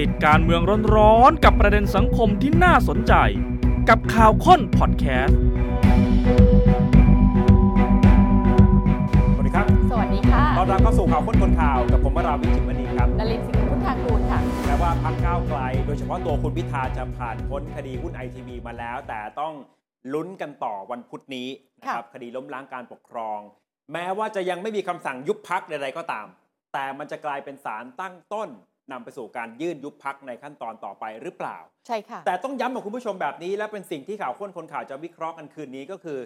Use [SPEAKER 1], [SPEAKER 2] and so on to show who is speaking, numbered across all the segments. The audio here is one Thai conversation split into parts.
[SPEAKER 1] ติดการเมืองร้อนๆกับประเด็นสังคมที่น่าสนใจ กับข่าวค้นพอดแคสต์
[SPEAKER 2] สวัสดีครับ
[SPEAKER 3] สวัสดีค่ะ
[SPEAKER 2] ตอนรับเข้าสู่ข่าวค้นคนข่าวกับผมวราวิจิตรมณีครับ
[SPEAKER 3] ดลินสิงห์พุทธากูลค่ะ
[SPEAKER 2] แม้ว่าพักก้าวไกล โดยเฉพาะตัวคุณพิธาจะผ่านพ้นคดีหุ้นไอทีีมาแล้ว แต่ต้องลุ้นกันต่อวันพุธนี้นะครับคดีล้มล้างการปกครอง แม้ว่าจะยังไม่มีคำสั่งยุบพักใดๆก็ตาม แต่มันจะกลายเป็นสารตั้งต้นนำไปสู่การยื่นยุบพักในขั้นตอนต่อไปหรือเปล่า
[SPEAKER 3] ใช่ค่ะ
[SPEAKER 2] แต่ต้องย้ำกับคุณผู้ชมแบบนี้และเป็นสิ่งที่ข่าวค้นคนข่าวจะวิเคราะห์กันคืนนี้ก็คือ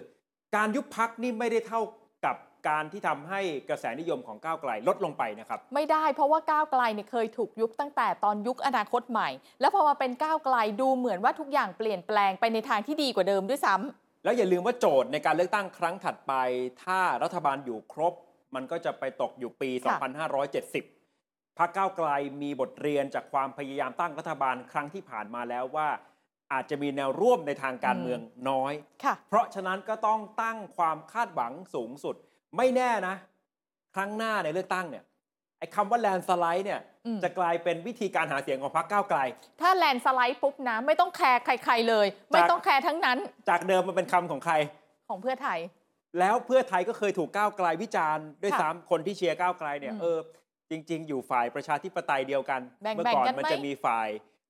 [SPEAKER 2] การยุบพักนี่ไม่ได้เท่ากับการที่ทำให้กระแสนิยมของก้าวไกลลดลงไปนะครับ
[SPEAKER 3] ไม่ได้เพราะว่าก้าวไกลเนี่ยเคยถูกยุบตั้งแต่ตอนยุคอนาคตใหม่ แล้วพอมาเป็นก้าวไกลดูเหมือนว่าทุกอย่างเปลี่ยนแปลงไปในทางที่ดีกว่าเดิมด้วยซ้ำ
[SPEAKER 2] แล้วอย่าลืมว่าโจทย์ในการเลือกตั้งครั้งถัดไป ถ้ารัฐบาลอยู่ครบ มันก็จะไปตกอยู่ปี 2570 พรรคก้าวไกลมีบทเรียนจากความพยายามตั้งรัฐบาลครั้งที่ผ่านมาแล้วว่า อาจจะมีแนวร่วมในทางการเมืองน้อย
[SPEAKER 3] ค่ะ
[SPEAKER 2] เพราะฉะนั้นก็ต้องตั้งความคาดหวังสูงสุด ไม่แน่นะ ครั้งหน้าในเลือกตั้งเนี่ยไอ้คำว่าแลนสไลด์เนี่ย
[SPEAKER 3] อืม
[SPEAKER 2] จะกลายเป็นวิธีการหาเสียงของพรรคก้าวไกล
[SPEAKER 3] ถ้าแลนด์สไลด์ปุ๊บนะไม่ต้องแคร์ใครๆเลย ไม่ต้องแคร์ทั้งนั้น
[SPEAKER 2] จากเดิมมันเป็นคำของใคร
[SPEAKER 3] ของเพื่อไทย
[SPEAKER 2] แล้วเพื่อไทยก็เคยถูกก้าวไกลวิจารณ์ด้วย
[SPEAKER 3] ค่ะ
[SPEAKER 2] ซ้ำคนที่เชียร์ก้าวไกลเนี่ย
[SPEAKER 3] อืม
[SPEAKER 2] เออจริง ๆ อยู่ฝ่ายประชาธิปไตยเดียวกัน
[SPEAKER 3] แบ่งๆ
[SPEAKER 2] เมื่อก่อน
[SPEAKER 3] กันไหม
[SPEAKER 2] มันจะมีฝ่าย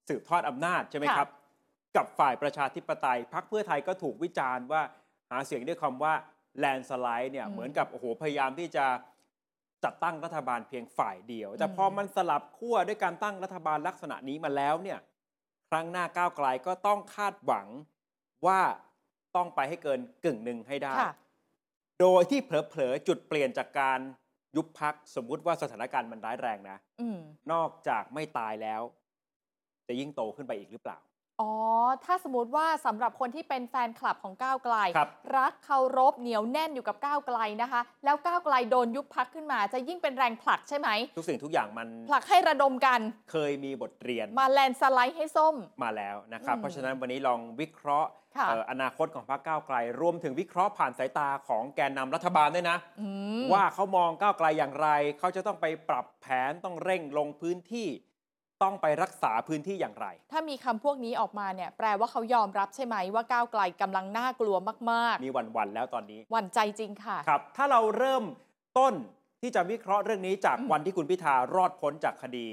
[SPEAKER 2] สืบทอดอำนาจใช่ไหม
[SPEAKER 3] ค่ะ
[SPEAKER 2] ครับ กับฝ่ายประชาธิปไตยพักเพื่อไทยก็ถูกวิจารณ์ว่าหาเสียงด้วยคำว่าแลนสไลด์เนี่ยเหมือนกับโอ้โหพยายามที่จะจัดตั้งรัฐบาลเพียงฝ่ายเดียว แต่พอมันสลับขั้วด้วยการตั้งรัฐบาลลักษณะนี้มาแล้วเนี่ยครั้งหน้าก้าวไกลก็ต้องคาดหวังว่าต้องไปให้เกินกึ่งหนึ่งให้ได้
[SPEAKER 3] ค่ะ
[SPEAKER 2] โดยที่เผลอๆจุดเปลี่ยนจากการยุบพักสมมุติว่าสถานการณ์มันร้ายแรงนะ
[SPEAKER 3] อืม
[SPEAKER 2] นอกจากไม่ตายแล้ว จะยิ่งโตขึ้นไปอีกหรือเปล่า
[SPEAKER 3] อ๋อ ถ้าสมมติว่าสำหรับคนที่เป็นแฟนคลับของก้าวไกล
[SPEAKER 2] ครับ
[SPEAKER 3] กเคารพเหนียวแน่นอยู่กับก้าวไกลนะคะ แล้วก้าวไกลโดนยุบพักขึ้นมา จะยิ่งเป็นแรงผลักใช่ไหม
[SPEAKER 2] ทุกสิ่งทุกอย่างมัน
[SPEAKER 3] ผลักให้ระดมกัน
[SPEAKER 2] เคยมีบทเรียน
[SPEAKER 3] มาแลนด์สไลด์ให้ส้ม
[SPEAKER 2] มาแล้วนะครับ
[SPEAKER 3] อืม
[SPEAKER 2] เพราะฉะนั้นวันนี้ลองวิเคราะห์
[SPEAKER 3] ค่ะ
[SPEAKER 2] เอ่ออนาคตของพรรคก้าวไกล รวมถึงวิเคราะห์ผ่านสายตาของแกนนำรัฐบาลด้วยนะ
[SPEAKER 3] อืม
[SPEAKER 2] ว่าเขามองก้าวไกลอย่างไร เขาจะต้องไปปรับแผนต้องเร่งลงพื้นที่ ต้องไปรักษาพื้นที่อย่างไร
[SPEAKER 3] ถ้ามีคำพวกนี้ออกมาเนี่ย แปลว่าเขายอมรับใช่ไหมว่าก้าวไกลกำลังน่ากลัวมาก
[SPEAKER 2] มีวันๆแล้วตอนนี้
[SPEAKER 3] ๆหวั่นใจจริงค่ะ
[SPEAKER 2] ครับ ถ้าเราเริ่มต้นที่จะวิเคราะห์เรื่องนี้จาก
[SPEAKER 3] อืม
[SPEAKER 2] วันที่คุณพิธารอดพ้นจากคดี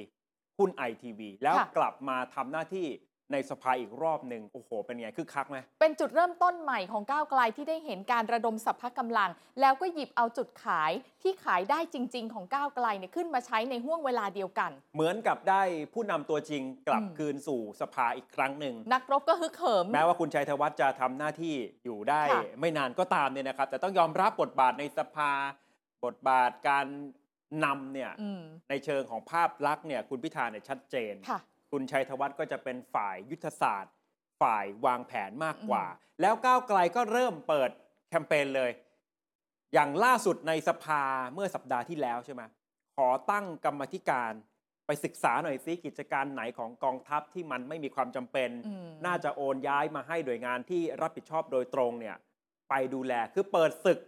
[SPEAKER 2] หุ้นไอทีวีแล้ว
[SPEAKER 3] ค่ะ
[SPEAKER 2] กลับมาทำหน้าที่ในสภาอีกรอบหนึ่งโอ้โห เป็นไงคึกคักไหม
[SPEAKER 3] เป็นจุดเริ่มต้นใหม่ของก้าวไกลที่ได้เห็นการระดมสรรพกำลัง แล้วก็หยิบเอาจุดขายที่ขายได้จริง ๆ ของก้าวไกลเนี่ยขึ้นมาใช้ในห่วงเวลาเดียวกัน
[SPEAKER 2] เหมือนกับได้ผู้นำตัวจริงกลับ
[SPEAKER 3] อืม
[SPEAKER 2] คืนสู่สภาอีกครั้งหนึ่ง
[SPEAKER 3] นักรบก็ฮึกเหิม
[SPEAKER 2] แม้ว่าคุณชัยธวัฒน์จะทำหน้าที่อยู่ได้
[SPEAKER 3] ค่ะ
[SPEAKER 2] ไม่นานก็ตามเนี่ยนะครับ แต่ต้องยอมรับบทบาทในสภา บทบาทการนำเนี่ย
[SPEAKER 3] อืม
[SPEAKER 2] ในเชิงของภาพลักษณ์เนี่ยคุณพิธาเนี่ยชัดเจน
[SPEAKER 3] ค่ะ
[SPEAKER 2] คุณชัยธวัฒน์ก็จะเป็นฝ่ายยุทธศาสตร์ ฝ่ายวางแผนมากกว่า แล้วก้าวไกลก็เริ่มเปิดแคมเปญเลย อย่างล่าสุดในสภาเมื่อสัปดาห์ที่แล้วใช่ไหมขอตั้งกรรมธิการไปศึกษาหน่อยซิกิจการไหนของกองทัพที่มันไม่มีความจำเป็น
[SPEAKER 3] อืม
[SPEAKER 2] น่าจะโอนย้ายมาให้หน่วยงานที่รับผิดชอบโดยตรงเนี่ยไปดูแลคือเปิดศึก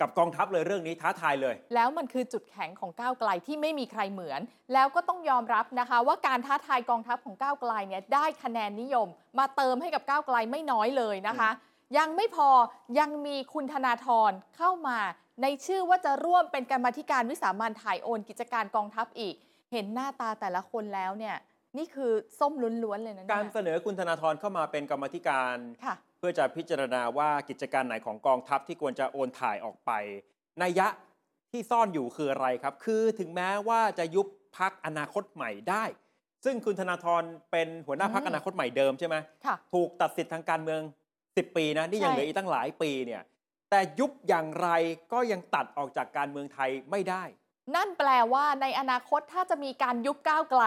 [SPEAKER 2] กับกองทัพเลยเรื่องนี้ท้าทายเลย
[SPEAKER 3] แล้วมันคือจุดแข็งของก้าวไกลที่ไม่มีใครเหมือน แล้วก็ต้องยอมรับนะคะ ว่าการท้าทายกองทัพของก้าวไกลเนี่ยได้คะแนนนิยม มาเติมให้กับก้าวไกลไม่น้อยเลยนะคะ ยังไม่พอยังมีคุณธนาธรเข้ามาในชื่อว่าจะร่วมเป็นกรรมาธิการวิสามันถ่ายโอนกิจการกองทัพอีก เห็นหน้าตาแต่ละคนแล้วเนี่ยนี่คือส้มล้วนๆเลยนะเนี่ย
[SPEAKER 2] การเสนอคุณธนาธรเข้ามาเป็นกรรมธิการ
[SPEAKER 3] ค่ะ
[SPEAKER 2] เพื่อจะพิจารณาว่ากิจการไหนของกองทัพที่ควรจะโอนถ่ายออกไปนัยยะที่ซ่อนอยู่คืออะไรครับ คือถึงแม้ว่าจะยุบพักอนาคตใหม่ได้ ซึ่งคุณธนาธรเป็นหัวหน้าพัก
[SPEAKER 3] อืม
[SPEAKER 2] อนาคตใหม่เดิมใช่ไหม
[SPEAKER 3] ค่ะ
[SPEAKER 2] ถูกตัดสิทธิ์ทางการเมือง 10 ปีนะนี่ยัง
[SPEAKER 3] ใช่
[SPEAKER 2] เหลืออีกตั้งหลายปีเนี่ยแต่ยุบอย่างไรก็ยังตัดออกจากการเมืองไทยไม่ได้
[SPEAKER 3] นั่นแปลว่าในอนาคตถ้าจะมีการยุบก้าวไกล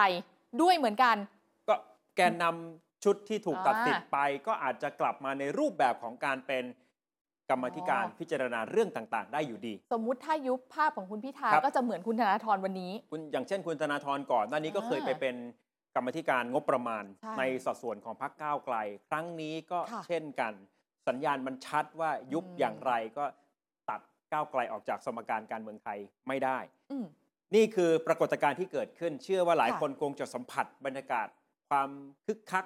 [SPEAKER 3] ด้วยเหมือนกัน
[SPEAKER 2] ก็แกนนำชุดที่ถูก
[SPEAKER 3] อ่า
[SPEAKER 2] ตัดสิทธิ์ไป ก็อาจจะกลับมาในรูปแบบของการเป็นกรรมธิการ
[SPEAKER 3] อ๋อ
[SPEAKER 2] พิจารณาเรื่องต่าง ๆ ได้อยู่ดี
[SPEAKER 3] สมมุติถ้ายุบภาพของคุณพิธา
[SPEAKER 2] ครับ
[SPEAKER 3] ก็จะเหมือนคุณธนาธรวันนี้
[SPEAKER 2] คุณอย่างเช่นคุณธนาธรก่อนหน้านี้ก็
[SPEAKER 3] อ่า
[SPEAKER 2] เคยไปเป็นกรรมธิการงบประมาณ
[SPEAKER 3] ใช่
[SPEAKER 2] ในสัดส่วนของพรรคก้าวไกล ครั้งนี้ก็
[SPEAKER 3] ค่ะ
[SPEAKER 2] เช่นกัน สัญญาณมันชัดว่ายุบ
[SPEAKER 3] อืม
[SPEAKER 2] อย่างไรก็ตัดก้าวไกลออกจากสมการการเมืองไทยไม่ได้
[SPEAKER 3] อืม
[SPEAKER 2] นี่คือปรากฏการณ์ที่เกิดขึ้น เชื่อว่าหลาย
[SPEAKER 3] ค่ะ
[SPEAKER 2] คนคงจะสัมผัสบรรยากาศ ความคึกคัก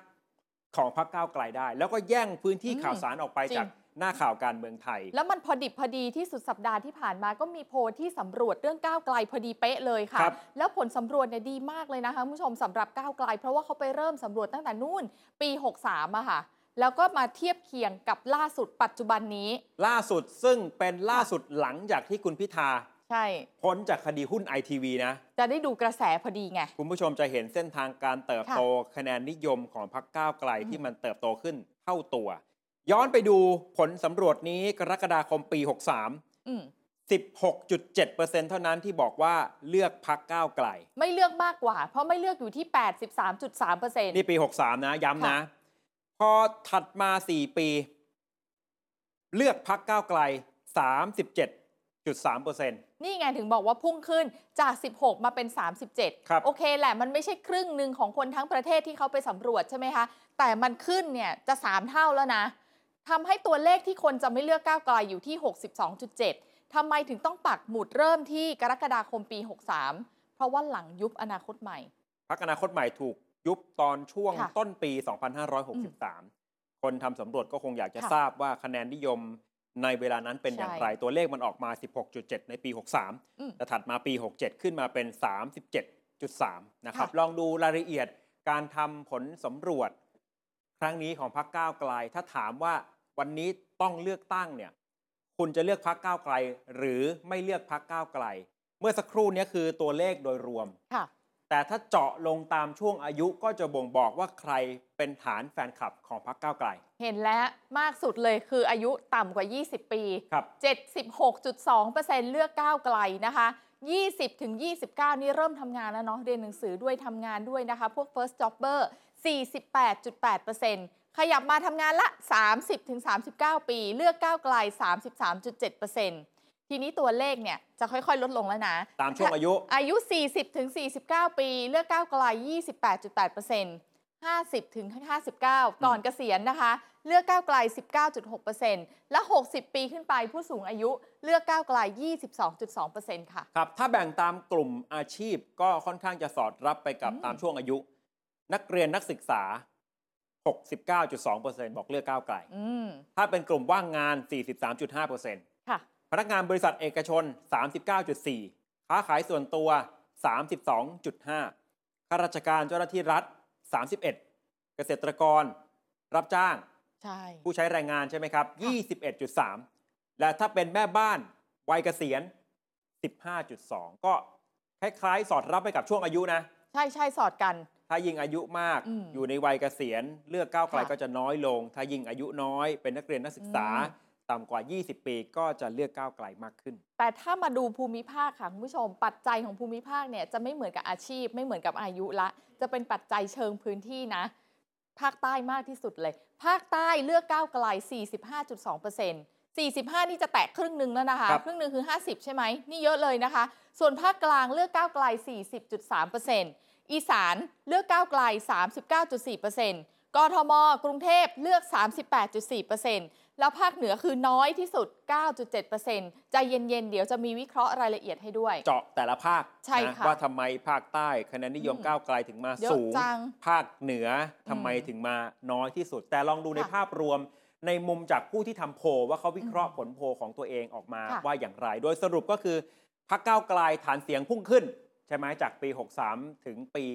[SPEAKER 2] ของพรรคก้าวไกลได้ แล้วก็แย่งพื้นที่ข่าวสารออกไปจากหน้าข่าวการเมืองไทย
[SPEAKER 3] แล้วมันพอดิบพอดีที่สุดสัปดาห์ที่ผ่านมาก็มีโพลที่สำรวจเรื่องก้าวไกลพอดีเป๊ะเลยค่ะ
[SPEAKER 2] ครับ
[SPEAKER 3] แล้วผลสำรวจเนี่ยดีมากเลยนะคะคุณผู้ชมสำหรับก้าวไกล เพราะว่าเขาไปเริ่มสำรวจตั้งแต่นู่นปี 63อะค่ะ แล้วก็มาเทียบเคียงกับล่าสุดปัจจุบันนี้
[SPEAKER 2] ล่าสุดซึ่งเป็นล่าสุดหลังจากที่คุณพิธา
[SPEAKER 3] ใช่
[SPEAKER 2] พ้นจากคดีหุ้นไอทีวีนะ
[SPEAKER 3] จะได้ดูกระแสพอดีไง
[SPEAKER 2] คุณผู้ชมจะเห็นเส้นทางการเติบโตคะแนนนิยมของพรรคก้าวไกล
[SPEAKER 3] อืม
[SPEAKER 2] ที่มันเติบโตขึ้นเท่าตัว ย้อนไปดูผลสำรวจนี้กรกฎาคมปี 63
[SPEAKER 3] อืม
[SPEAKER 2] 16.7%เท่านั้นที่บอกว่าเลือกพรรคก้าวไกล
[SPEAKER 3] ไม่เลือกมากกว่า เพราะไม่เลือกอยู่ที่ 83.3%
[SPEAKER 2] นี่ปี 63 นะ ย้ำนะ พอถัดมา 4 ปี เลือกพรรคก้าวไกล 37.3%
[SPEAKER 3] นี่ไงถึงบอกว่าพุ่งขึ้นจาก 16 มาเป็น 37
[SPEAKER 2] ครับ
[SPEAKER 3] โอเคแหละมันไม่ใช่ครึ่งหนึ่งของคนทั้งประเทศที่เขาไปสำรวจใช่ไหมคะ แต่มันขึ้นเนี่ยจะ 3 เท่าแล้วนะทำให้ตัวเลขที่คนจะไม่เลือกก้าวไกลอยู่ที่ 62.7 ทำไมถึงต้องปักหมุดเริ่มที่กรกฎาคมปี 63 เพราะว่าหลังยุบอนาคตใหม่
[SPEAKER 2] พักอนาคตใหม่ถูกยุบตอนช่วง
[SPEAKER 3] ค่ะ
[SPEAKER 2] ต้นปี 2563 คนทำสำรวจก็คงอยากจะ
[SPEAKER 3] ค่ะ
[SPEAKER 2] ทราบว่าคะแนนนิยมในเวลานั้นเป็นอย่างไร
[SPEAKER 3] ใช่
[SPEAKER 2] ตัวเลขมันออกมา 16.7 ในปี
[SPEAKER 3] อืม
[SPEAKER 2] 63 แต่ถัดมาปี 67 ขึ้นมาเป็น 37.3 นะครับ
[SPEAKER 3] ค่ะ
[SPEAKER 2] ลองดูรายละเอียดการทำผลสำรวจ ครั้งนี้ของพักก้าวไกล ถ้าถามว่าวันนี้ต้องเลือกตั้งเนี่ย คุณจะเลือกพักก้าวไกล หรือไม่เลือกพักก้าวไกล เมื่อสักครู่เนี้คือตัวเลขโดยรวม
[SPEAKER 3] ค่ะ
[SPEAKER 2] แต่ถ้าเจาะลงตามช่วงอายุก็จะบ่งบอกว่าใครเป็นฐานแฟนคลับของพรรคก้าวไกล
[SPEAKER 3] เห็นแล้วมากสุดเลยคืออายุต่ำกว่า 20 ปี
[SPEAKER 2] ครับ
[SPEAKER 3] 76.2%เลือกก้าวไกลนะคะ 20ถึง29 นี่เริ่มทำงานแล้วเนาะ เรียนหนังสือด้วยทำงานด้วยนะคะ พวก first jobber 48.8%ขยับมาทำงานละ 30ถึง39 ปี เลือกก้าวไกล 33.7%ทีนี้ตัวเลขเนี่ยจะค่อยๆ ลดลงแล้วนะ
[SPEAKER 2] ตามช่วงอายุ
[SPEAKER 3] อายุ 40 ถึง 49 ปี เลือกก้าวไกล 28.8% 50 ถึง 59 ก่อนเกษียณนะคะ เลือกก้าวไกล 19.6%และ 60 ปีขึ้นไปผู้สูงอายุเลือกก้าวไกล 22.2%ค่ะ
[SPEAKER 2] ครับ ถ้าแบ่งตามกลุ่มอาชีพก็ค่อนข้างจะสอดรับไปกับ
[SPEAKER 3] อืม
[SPEAKER 2] ตามช่วงอายุ นักเรียนนักศึกษา 69.2%บอกเลือกก้าวไกล
[SPEAKER 3] อืม
[SPEAKER 2] ถ้าเป็นกลุ่มว่างงาน 43.5%
[SPEAKER 3] ค่ะ
[SPEAKER 2] พนักงานบริษัทเอกชน 39.4 ค้าขายส่วนตัว 32.5 ข้าราชการเจ้าหน้าที่รัฐ 31 เกษตรกร รับจ้าง
[SPEAKER 3] ใช่
[SPEAKER 2] ผู้ใช้แรงงานใช่ไหมครับ 21.3 และถ้าเป็นแม่บ้าน วัยเกษียณ 15.2 ก็คล้ายๆ สอดรับไปกับช่วงอายุนะ
[SPEAKER 3] ใช่ใช่สอดกัน
[SPEAKER 2] ถ้ายิ่งอายุมาก
[SPEAKER 3] อืม
[SPEAKER 2] อยู่ในวัยเกษียณ เลือกก้าวไกล
[SPEAKER 3] ค่ะ
[SPEAKER 2] ก็จะน้อยลง ถ้ายิ่งอายุน้อย เป็นนักเรียนนักศึกษา
[SPEAKER 3] อื
[SPEAKER 2] ต่ำกว่า 20 ปีก็จะเลือกก้าวไกลมากขึ้น
[SPEAKER 3] แต่ถ้ามาดูภูมิภาคค่ะคุณผู้ชม ปัจจัยของภูมิภาคเนี่ยจะไม่เหมือนกับอาชีพ ไม่เหมือนกับอายุละ จะเป็นปัจจัยเชิงพื้นที่นะ ภาคใต้มากที่สุดเลย ภาคใต้เลือกก้าวไกล 45.2% 45 นี่จะแตะครึ่งหนึ่งแล้วนะคะ
[SPEAKER 2] ครับ
[SPEAKER 3] ครึ่งหนึ่งคือ 50 ใช่ไหม นี่เยอะเลยนะคะ ส่วนภาคกลางเลือกก้าวไกล 40.3%อีสานเลือกก้าวไกล 39.4%กทม กรุงเทพเลือก 38.4%แล้วภาคเหนือคือน้อยที่สุด 9.7%ใจเย็น ๆ เดี๋ยวจะมีวิเคราะห์รายละเอียดให้ด้วย
[SPEAKER 2] เจาะแต่ละภาค
[SPEAKER 3] ใช่
[SPEAKER 2] นะ
[SPEAKER 3] ค่ะ
[SPEAKER 2] ว่าทำไมภาคใต้คะแนนนิยม
[SPEAKER 3] อืม
[SPEAKER 2] ก้าวไกลถึงมา
[SPEAKER 3] เยอะ
[SPEAKER 2] สูง
[SPEAKER 3] จัง
[SPEAKER 2] ภาคเหนือทำไม
[SPEAKER 3] อืม
[SPEAKER 2] ถึงมาน้อยที่สุด แต่ลองดูใน
[SPEAKER 3] ค่ะ
[SPEAKER 2] ภาพรวมในมุมจากผู้ที่ทำโพลว่าเขาวิเคราะห์ผลโพลของตัวเองออกมา
[SPEAKER 3] ค่ะ
[SPEAKER 2] ว่าอย่างไร โดยสรุปก็คือพรรคก้าวไกลฐานเสียงพุ่งขึ้น ใช่ไหมจากปี 63 ถึงปี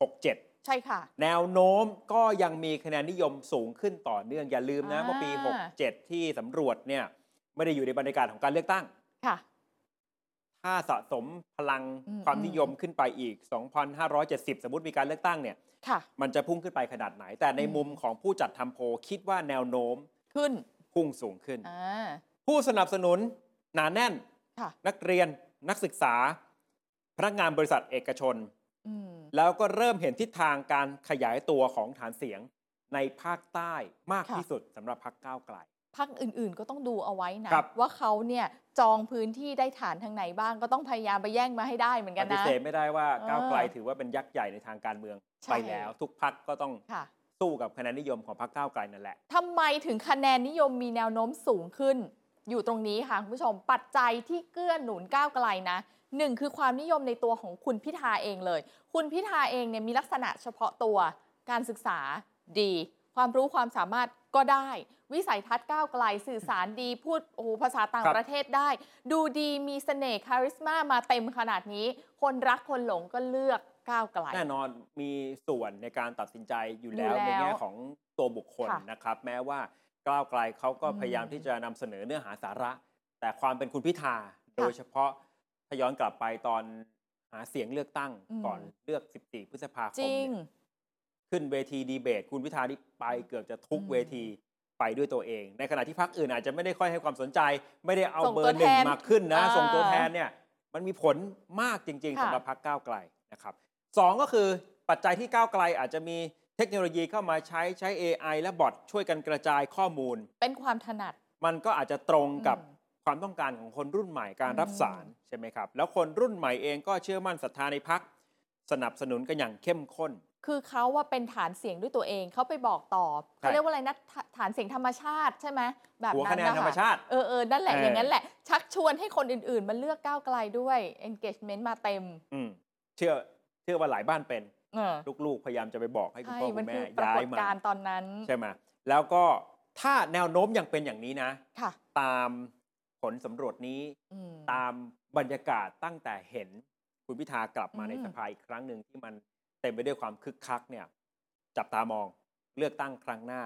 [SPEAKER 2] 67
[SPEAKER 3] ใช่ค่ะ
[SPEAKER 2] แนวโน้มก็ยังมีคะแนนนิยมสูงขึ้นต่อเนื่องอย่าลืมนะ
[SPEAKER 3] อ่า
[SPEAKER 2] ว่าปี 67 ที่สำรวจเนี่ยไม่ได้อยู่ในบรรยากาศของการเลือกตั้ง
[SPEAKER 3] ค่ะ
[SPEAKER 2] ถ้าสะสมพลัง
[SPEAKER 3] อืม
[SPEAKER 2] ความนิยมขึ้นไปอีก 2,570 สมมติมีการเลือกตั้งเนี่ย
[SPEAKER 3] ค่ะ
[SPEAKER 2] มันจะพุ่งขึ้นไปขนาดไหน แต่ใน
[SPEAKER 3] อืม
[SPEAKER 2] มุมของผู้จัดทำโพลคิดว่าแนวโน้ม
[SPEAKER 3] ขึ้น
[SPEAKER 2] พุ่งสูงขึ้น
[SPEAKER 3] อ่า
[SPEAKER 2] ผู้สนับสนุนหนาแน่น
[SPEAKER 3] ค่ะ
[SPEAKER 2] นักเรียนนักศึกษา พนักงานบริษัทเอกชน
[SPEAKER 3] อืม
[SPEAKER 2] แล้วก็เริ่มเห็นทิศทางการขยายตัวของฐานเสียงในภาคใต้มาก
[SPEAKER 3] ค่ะ
[SPEAKER 2] ที่สุดสำหรับพักก้าวไกล
[SPEAKER 3] ภาคอื่นๆก็ต้องดูเอาไว้นะ
[SPEAKER 2] ครับ
[SPEAKER 3] ว่าเขาเนี่ยจองพื้นที่ได้ฐานทางไหนบ้างก็ต้องพยายามไปแย่งมาให้ได้เหมือน
[SPEAKER 2] ป
[SPEAKER 3] กัน
[SPEAKER 2] ฏิ
[SPEAKER 3] นะ
[SPEAKER 2] เสธไม่ได้ว่า
[SPEAKER 3] เออ
[SPEAKER 2] ก้าวไกลถือว่าเป็นยักษ์ใหญ่ในทางการเมือง
[SPEAKER 3] ใช่
[SPEAKER 2] ไปแล้ว ทุกพักก็ต้อง
[SPEAKER 3] ค่ะ
[SPEAKER 2] สู้กับคะแนนนิยมของพักก้าวไกลนั่นแหละ
[SPEAKER 3] ทำไมถึงคะแนนนิยมมีแนวโน้มสูงขึ้น อยู่ตรงนี้ค่ะคุณผู้ชมปัจจัยที่เกื้อหนุนก้าวไกลนะ หนึ่งคือความนิยมในตัวของคุณพิธาเองเลย คุณพิธาเองเนี่ยมีลักษณะเฉพาะตัว การศึกษาดี ความรู้ความสามารถก็ได้ วิสัยทัศน์ก้าวไกลสื่อสารดี พูดโอ้โหภาษาต่าง
[SPEAKER 2] ครับ
[SPEAKER 3] ประเทศได้ ดูดีมีเสน่ห์คาริสมามาเต็มขนาดนี้ คนรักคนหลงก็เลือกก้าวไกล
[SPEAKER 2] แน่นอนมีส่วนในการตัดสินใจอยู่แล้ว
[SPEAKER 3] อยู่
[SPEAKER 2] ใน
[SPEAKER 3] แล้ว
[SPEAKER 2] แง่ของตัวบุคคล
[SPEAKER 3] ค่ะ
[SPEAKER 2] นะครับ แม้ว่าก้าวไกลเขาก็
[SPEAKER 3] อืม
[SPEAKER 2] พยายามที่จะนำเสนอเนื้อหาสาระ แต่ความเป็นคุณพิธา โดยเฉพาะถ้าย้อนกลับไปตอนหาเสียงเลือกตั้ง
[SPEAKER 3] อืม
[SPEAKER 2] ก่อนเลือก 14 พฤษภาคม
[SPEAKER 3] จริง
[SPEAKER 2] เนี่ย ขึ้นเวทีดีเบต คุณพิธาที่ไปเกือบจะทุก
[SPEAKER 3] อืม
[SPEAKER 2] เวทีไปด้วยตัวเอง ในขณะที่พรรคอื่นอาจจะไม่ได้ค่อยให้ความสนใจ ไม่ได้เอา
[SPEAKER 3] ส่ง
[SPEAKER 2] เบอ
[SPEAKER 3] ตัว
[SPEAKER 2] ร์หนึ่ง
[SPEAKER 3] แทน
[SPEAKER 2] มาขึ้นนะ
[SPEAKER 3] อ่า
[SPEAKER 2] ส่งตัวแทนเนี่ยมันมีผลมากจริง ๆ
[SPEAKER 3] ค่ะ
[SPEAKER 2] สำหรับพรรคก้าวไกลนะครับสองก็คือปัจจัยที่ก้าวไกลอาจจะมีเทคโนโลยีเข้ามาใช้ใช้ AI และบอทช่วยกันกระจายข้อมูล
[SPEAKER 3] เป็นความถนัด
[SPEAKER 2] มันก็อาจจะตรงกับ
[SPEAKER 3] อืม
[SPEAKER 2] ความต้องการของคนรุ่นใหม่การรับ
[SPEAKER 3] อืม
[SPEAKER 2] สารใช่ไหมครับ แล้วคนรุ่นใหม่เองก็เชื่อมั่นศรัทธาในพรรคสนับสนุนกันอย่างเข้มข้น
[SPEAKER 3] คือเขาว่าเป็นฐานเสียงด้วยตัวเองเขาไปบอกต่อเขาเรียกว่าอะไรนะฐาฐานเสียงธรรมชาติใช่ไหมแบบ
[SPEAKER 2] หัว
[SPEAKER 3] นั้
[SPEAKER 2] คะ
[SPEAKER 3] น
[SPEAKER 2] แนน
[SPEAKER 3] นะ
[SPEAKER 2] ธรรม
[SPEAKER 3] คะ
[SPEAKER 2] ชาติ
[SPEAKER 3] เออเออนั่นแหละ
[SPEAKER 2] เออ
[SPEAKER 3] อ
[SPEAKER 2] อ
[SPEAKER 3] ย่างนั้นแหละ ชักชวนให้คนอื่นๆ มาเลือกก้าวไกลด้วย engagement มาเต็ม
[SPEAKER 2] อืมเชื่อเชื่อว่าหลายบ้านเป็น
[SPEAKER 3] เออ
[SPEAKER 2] ลูกๆ พยายามจะไปบอกให้คุณ
[SPEAKER 3] ใช่
[SPEAKER 2] พ่อคุ
[SPEAKER 3] มัน
[SPEAKER 2] ณ
[SPEAKER 3] คื
[SPEAKER 2] แม่
[SPEAKER 3] อปรา
[SPEAKER 2] ย้าก ย
[SPEAKER 3] ฏ
[SPEAKER 2] มา
[SPEAKER 3] การณ์ตอนนั้น
[SPEAKER 2] ใช่ไหมแล้วก็ถ้าแนวโน้มยังเป็นอย่างนี้นะ
[SPEAKER 3] ค่ะ
[SPEAKER 2] ตามผลสำรวจนี้
[SPEAKER 3] อืม
[SPEAKER 2] ตามบรรยากาศตั้งแต่เห็นคุณพิธากลับมา
[SPEAKER 3] อืม
[SPEAKER 2] ในสภาอีกครั้งหนึ่งที่มันเต็มไปด้วยความคึกคักเนี่ย จับตามองเลือกตั้งครั้งหน้า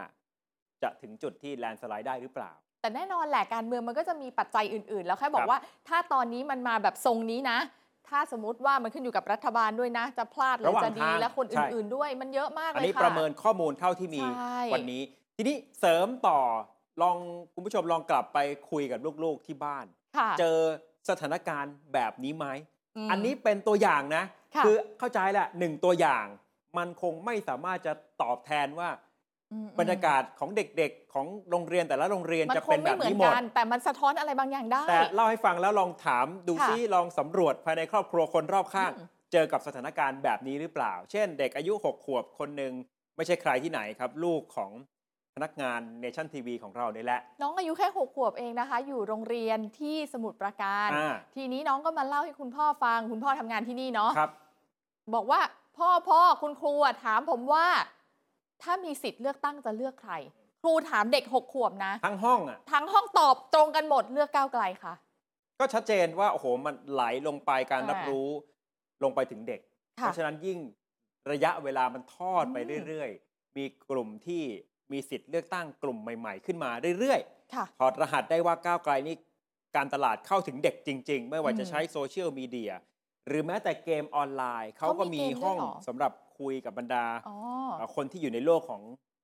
[SPEAKER 2] จะถึงจุดที่แลนด์สไลด์ได้หรือเปล่า
[SPEAKER 3] แต่แน่นอนแหละการเมืองมันก็จะมีปัจจัยอื่น ๆ แล้วแค่บอ
[SPEAKER 2] ครั
[SPEAKER 3] ก
[SPEAKER 2] บ
[SPEAKER 3] ว่าถ้าตอนนี้มันมาแบบทรงนี้นะ ถ้าสมมติว่ามันขึ้นอยู่กับรัฐบาลด้วยนะ จะพลาดหรื
[SPEAKER 2] ระ
[SPEAKER 3] อ
[SPEAKER 2] หว่าง
[SPEAKER 3] จะดี
[SPEAKER 2] ทาง
[SPEAKER 3] และคน
[SPEAKER 2] ใช่
[SPEAKER 3] อื่น ๆ ด้วยมันเยอะมากเล
[SPEAKER 2] อัน
[SPEAKER 3] ยค่ะ
[SPEAKER 2] นี้ประเมินข้อมูลเท่าที่มี
[SPEAKER 3] ใช่
[SPEAKER 2] วันนี้ ทีนี้เสริมต่อลองคุณผู้ชมลองกลับไปคุยกับลูกๆที่บ้าน
[SPEAKER 3] ค่ะ
[SPEAKER 2] เจอสถานการณ์แบบนี้ไหม
[SPEAKER 3] ม
[SPEAKER 2] อันนี้เป็นตัวอย่างนะ
[SPEAKER 3] ค่ะ
[SPEAKER 2] อเข้าใจแหละหนึ่งตัวอย่าง มันคงไม่สามารถจะตอบแทนว่า
[SPEAKER 3] อืม
[SPEAKER 2] บรรยากาศของเด็กๆ ของโรงเรียนแต่ละโรงเรียน
[SPEAKER 3] มัน
[SPEAKER 2] จะ
[SPEAKER 3] ค
[SPEAKER 2] เป็
[SPEAKER 3] ง
[SPEAKER 2] นแบ
[SPEAKER 3] ไม่
[SPEAKER 2] บ
[SPEAKER 3] เหมือน
[SPEAKER 2] นี้หมด
[SPEAKER 3] กัน แต่มันสะท้อนอะไรบางอย่างได้
[SPEAKER 2] แต่เล่าให้ฟังแล้วลองถามดู
[SPEAKER 3] ค่ะ
[SPEAKER 2] ซิลองสำรวจภายในครอบครัวคนรอบข้าง
[SPEAKER 3] อืม
[SPEAKER 2] เจอกับสถานการณ์แบบนี้หรือเปล่า เช่น เด็กอายุ 6 ขวบคนหนึ่งไม่ใช่ใครที่ไหนครับ ลูกของพนักงานเนชั่นทีวีของเราเนี่ยแหละ
[SPEAKER 3] น้องอายุแค่หกขวบเองนะคะ อยู่โรงเรียนที่สมุทรปราการ
[SPEAKER 2] อ่า
[SPEAKER 3] ทีนี้น้องก็มาเล่าให้คุณพ่อฟัง คุณพ่อทำงานที่นี่เนาะ
[SPEAKER 2] ครับ
[SPEAKER 3] บอกว่าพ่อพ่อคุณครูอะถามผมว่า ถ้ามีสิทธิ์เลือกตั้งจะเลือกใคร ครูถามเด็กหกขวบนะ
[SPEAKER 2] ทั้งห้องอ่ะ
[SPEAKER 3] ทั้งห้องตอบตรงกันหมดเลือกก้าวไกลค่ะ
[SPEAKER 2] ก็ชัดเจนว่าโอ้โหมันไหลลงไปการ
[SPEAKER 3] อ่ารั
[SPEAKER 2] รับรู้ลงไปถึงเด็กเพ
[SPEAKER 3] ค่ะ
[SPEAKER 2] ราะฉะนั้นยิ่งระยะเวลามันทอดไป
[SPEAKER 3] อืม
[SPEAKER 2] เรื่อยๆ มีกลุ่มที่มีสิทธิ์เลือกตั้งกลุ่มใหม่ๆ ขึ้นมาเรื่อย
[SPEAKER 3] ค่ะ
[SPEAKER 2] ๆถอดรหัสได้ว่าก้าวไกลนี่การตลาดเข้าถึงเด็กจริง ๆ ไม่ว่า
[SPEAKER 3] อืม
[SPEAKER 2] จะใช้โซเชียลมีเดียหรือแม้แต่เกมออนไลน์ เขาก็มี
[SPEAKER 3] เขามีเกมด้วย
[SPEAKER 2] ห้อง
[SPEAKER 3] เหรอ
[SPEAKER 2] สำหรับคุยกับบรรดา
[SPEAKER 3] อ๋อ
[SPEAKER 2] เอ่อคนที่อยู่ในโลกของ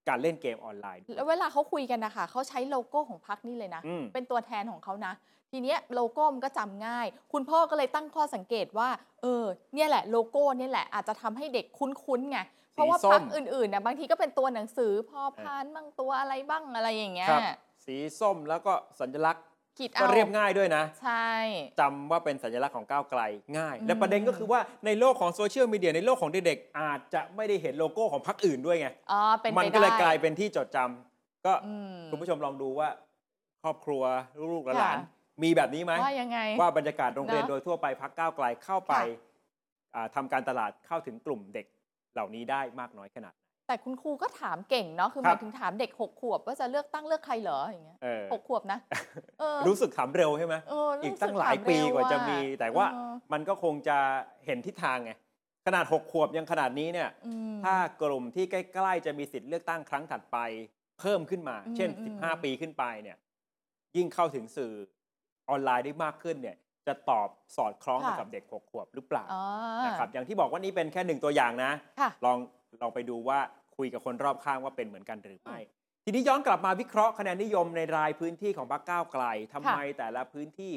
[SPEAKER 2] การเล่นเกมออนไลน์ด้วย
[SPEAKER 3] แล้วเวลาเขาคุยกันนะคะเขาใช้โลโก้ของพรรคนี่เลยนะ
[SPEAKER 2] อืม
[SPEAKER 3] เป็นตัวแทนของเขานะ ทีเนี้ยโลโก้มันก็จำง่าย คุณพ่อก็เลยตั้งข้อสังเกตว่า เออ เนี่ยแหละโลโก้เนี่ยแหละอาจจะทำให้เด็กคุ้นๆไง เพราะว่า
[SPEAKER 2] สีส้ม
[SPEAKER 3] พักอื่นๆนะบางทีก็เป็นตัวหนังสือพอพานบ้างตัวอะไรบ้างอะไรอย่างเงี้ย
[SPEAKER 2] ครับสีส้มแล้วก็สัญลักษณ์
[SPEAKER 3] ขีด
[SPEAKER 2] ก็
[SPEAKER 3] เอา
[SPEAKER 2] เรียบง่ายด้วยนะ
[SPEAKER 3] ใช่
[SPEAKER 2] จำว่าเป็นสัญลักษณ์ของก้าวไกลง่าย และ
[SPEAKER 3] อืม
[SPEAKER 2] ประเด็นก็คือว่าในโลกของโซเชียลมีเดียในโลกของเด็กๆอาจจะไม่ได้เห็นโลโก้ของพรรคอื่นด้วยไง
[SPEAKER 3] อ๋อเป็น
[SPEAKER 2] มั
[SPEAKER 3] ไป
[SPEAKER 2] ก็เล
[SPEAKER 3] ได้
[SPEAKER 2] ยกลายเป็นที่จดจำก็
[SPEAKER 3] อืม
[SPEAKER 2] คุณผู้ชมลองดูว่า ครอบครัวลูกๆหลาน
[SPEAKER 3] ค่ะ
[SPEAKER 2] ๆมีแบบนี้ไหม
[SPEAKER 3] ว่ายังไง
[SPEAKER 2] ว่าบรรยากาศโรงเรียน
[SPEAKER 3] เนอะ
[SPEAKER 2] โดยทั่วไปพรรคก้าวไกลเข้าไป
[SPEAKER 3] ค่ะ
[SPEAKER 2] อ่าทำาการตลาดเข้าถึงกลุ่มเด็กเหล่านี้ได้มากน้อยขนาด
[SPEAKER 3] แต่คุณครูก็ถามเก่งเนาะคือห
[SPEAKER 2] ครับ
[SPEAKER 3] มายถึงถามเด็กหกขวบว่าจะเลือกตั้งเลือกใครเหรออย่างเงี้ย
[SPEAKER 2] เออ
[SPEAKER 3] หกขวบนะเออ
[SPEAKER 2] รู้สึกถามเร็วใช่ไหม
[SPEAKER 3] เออ
[SPEAKER 2] อี
[SPEAKER 3] รู้
[SPEAKER 2] ก
[SPEAKER 3] สึ
[SPEAKER 2] ตั้งหลาย
[SPEAKER 3] ถม
[SPEAKER 2] ปี
[SPEAKER 3] เร็
[SPEAKER 2] กว่าจะมี
[SPEAKER 3] อะ
[SPEAKER 2] แต่ว่า
[SPEAKER 3] เออ
[SPEAKER 2] มันก็คงจะเห็นทิศทางไงขนาด 6 ขวบยังขนาดนี้เนี่ย
[SPEAKER 3] อืม
[SPEAKER 2] ถ้ากลุ่มที่ใกล้ๆ จะมีสิทธิ์เลือกตั้งครั้งถัดไป เพิ่มขึ้นมา
[SPEAKER 3] อืม
[SPEAKER 2] เช่น
[SPEAKER 3] อืม
[SPEAKER 2] 15 ปีขึ้นไปเนี่ย ยิ่งเข้าถึงสื่อออนไลน์ได้มากขึ้นเนี่ย จะตอบสอดคล้องกับเด็ก 6 ขวบหรือเปล่า
[SPEAKER 3] อ๋อ
[SPEAKER 2] นะครับอย่างที่บอกว่านี่เป็นแค่หนึ่งตัวอย่างนะ
[SPEAKER 3] ค่ะ
[SPEAKER 2] ลองลองไปดูว่าคุยกับคนรอบข้างว่าเป็นเหมือนกันหรือไม่ ทีนี้ย้อนกลับมาวิเคราะห์คะแนนนิยมในรายพื้นที่ของพรรคก้าวไกลทำไมแต่ละพื้นที่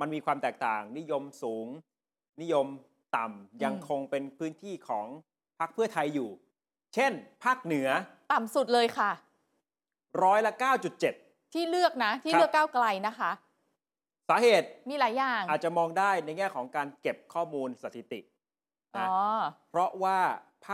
[SPEAKER 2] มันมีความแตกต่าง นิยมสูง นิยมต่ำยังคงเป็นพื้นที่ของพรรคเพื่อไทยอยู่ เช่น ภาคเหนือ
[SPEAKER 3] ต่ำสุดเลยค่ะ
[SPEAKER 2] ร้อยละ 9.7
[SPEAKER 3] ที่เลือกนะ ที่
[SPEAKER 2] ครับ
[SPEAKER 3] เลือกก้าวไกลนะคะ
[SPEAKER 2] สาเหตุ
[SPEAKER 3] มีหลายอย่าง
[SPEAKER 2] อาจจะมองได้ในแง่ของการเก็บข้อมูลสถิติ นะ
[SPEAKER 3] อ๋อ
[SPEAKER 2] เพราะว่า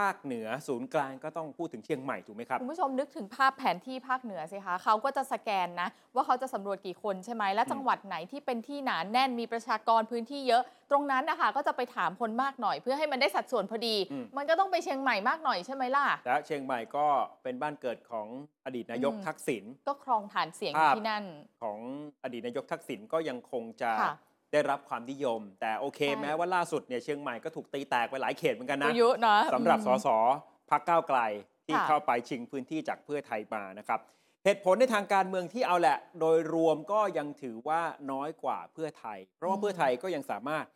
[SPEAKER 2] ภาคเหนือศูนย์กลางก็ต้องพูดถึงเชียงใหม่ถูกไหมครับ
[SPEAKER 3] คุณผู้ชมนึกถึงภาพแผนที่ภาคเหนือสิคะเขาก็จะสแกนนะ ว่าเขาจะสำรวจกี่คนใช่ไหม และจังหวัดไหนที่เป็นที่หนาแน่นมีประชากรพื้นที่เยอะ ตรงนั้นนะคะก็จะไปถามคนมากหน่อย เพื่อให้มันได้สัดส่วนพอดี
[SPEAKER 2] อืม
[SPEAKER 3] มันก็ต้องไปเชียงใหม่มากหน่อยใช่ไหมล่ะ
[SPEAKER 2] และเชียงใหม่ก็เป็นบ้านเกิดของอดีตนายก
[SPEAKER 3] อืม
[SPEAKER 2] ทักษิณ
[SPEAKER 3] ก็ครองฐานเสียงอ
[SPEAKER 2] ครั
[SPEAKER 3] ยู่
[SPEAKER 2] บ
[SPEAKER 3] ที่นั่น
[SPEAKER 2] ของอดีตนายกทักษิณก็ยังคงจะ
[SPEAKER 3] ค่ะ
[SPEAKER 2] ได้รับความนิยม แต่โอเค
[SPEAKER 3] ใช่
[SPEAKER 2] แม้ว่าล่าสุดเนี่ยเชียงใหม่ก็ถูกตีแตกไปหลายเขตเหมือนกัน
[SPEAKER 3] ก็
[SPEAKER 2] นะ
[SPEAKER 3] เยอะนะ
[SPEAKER 2] สำหรับส
[SPEAKER 3] อืม
[SPEAKER 2] สพักก้าวไกลที่
[SPEAKER 3] ค่ะ
[SPEAKER 2] เข้าไปชิงพื้นที่จากเพื่อไทยมานะครับ เหตุผลในทางการเมืองที่เอาแหละ โดยรวมก็ยังถือว่าน้อยกว่าเพื่อไทย เพราะว่าเพื่อไทยก็ยังสามารถ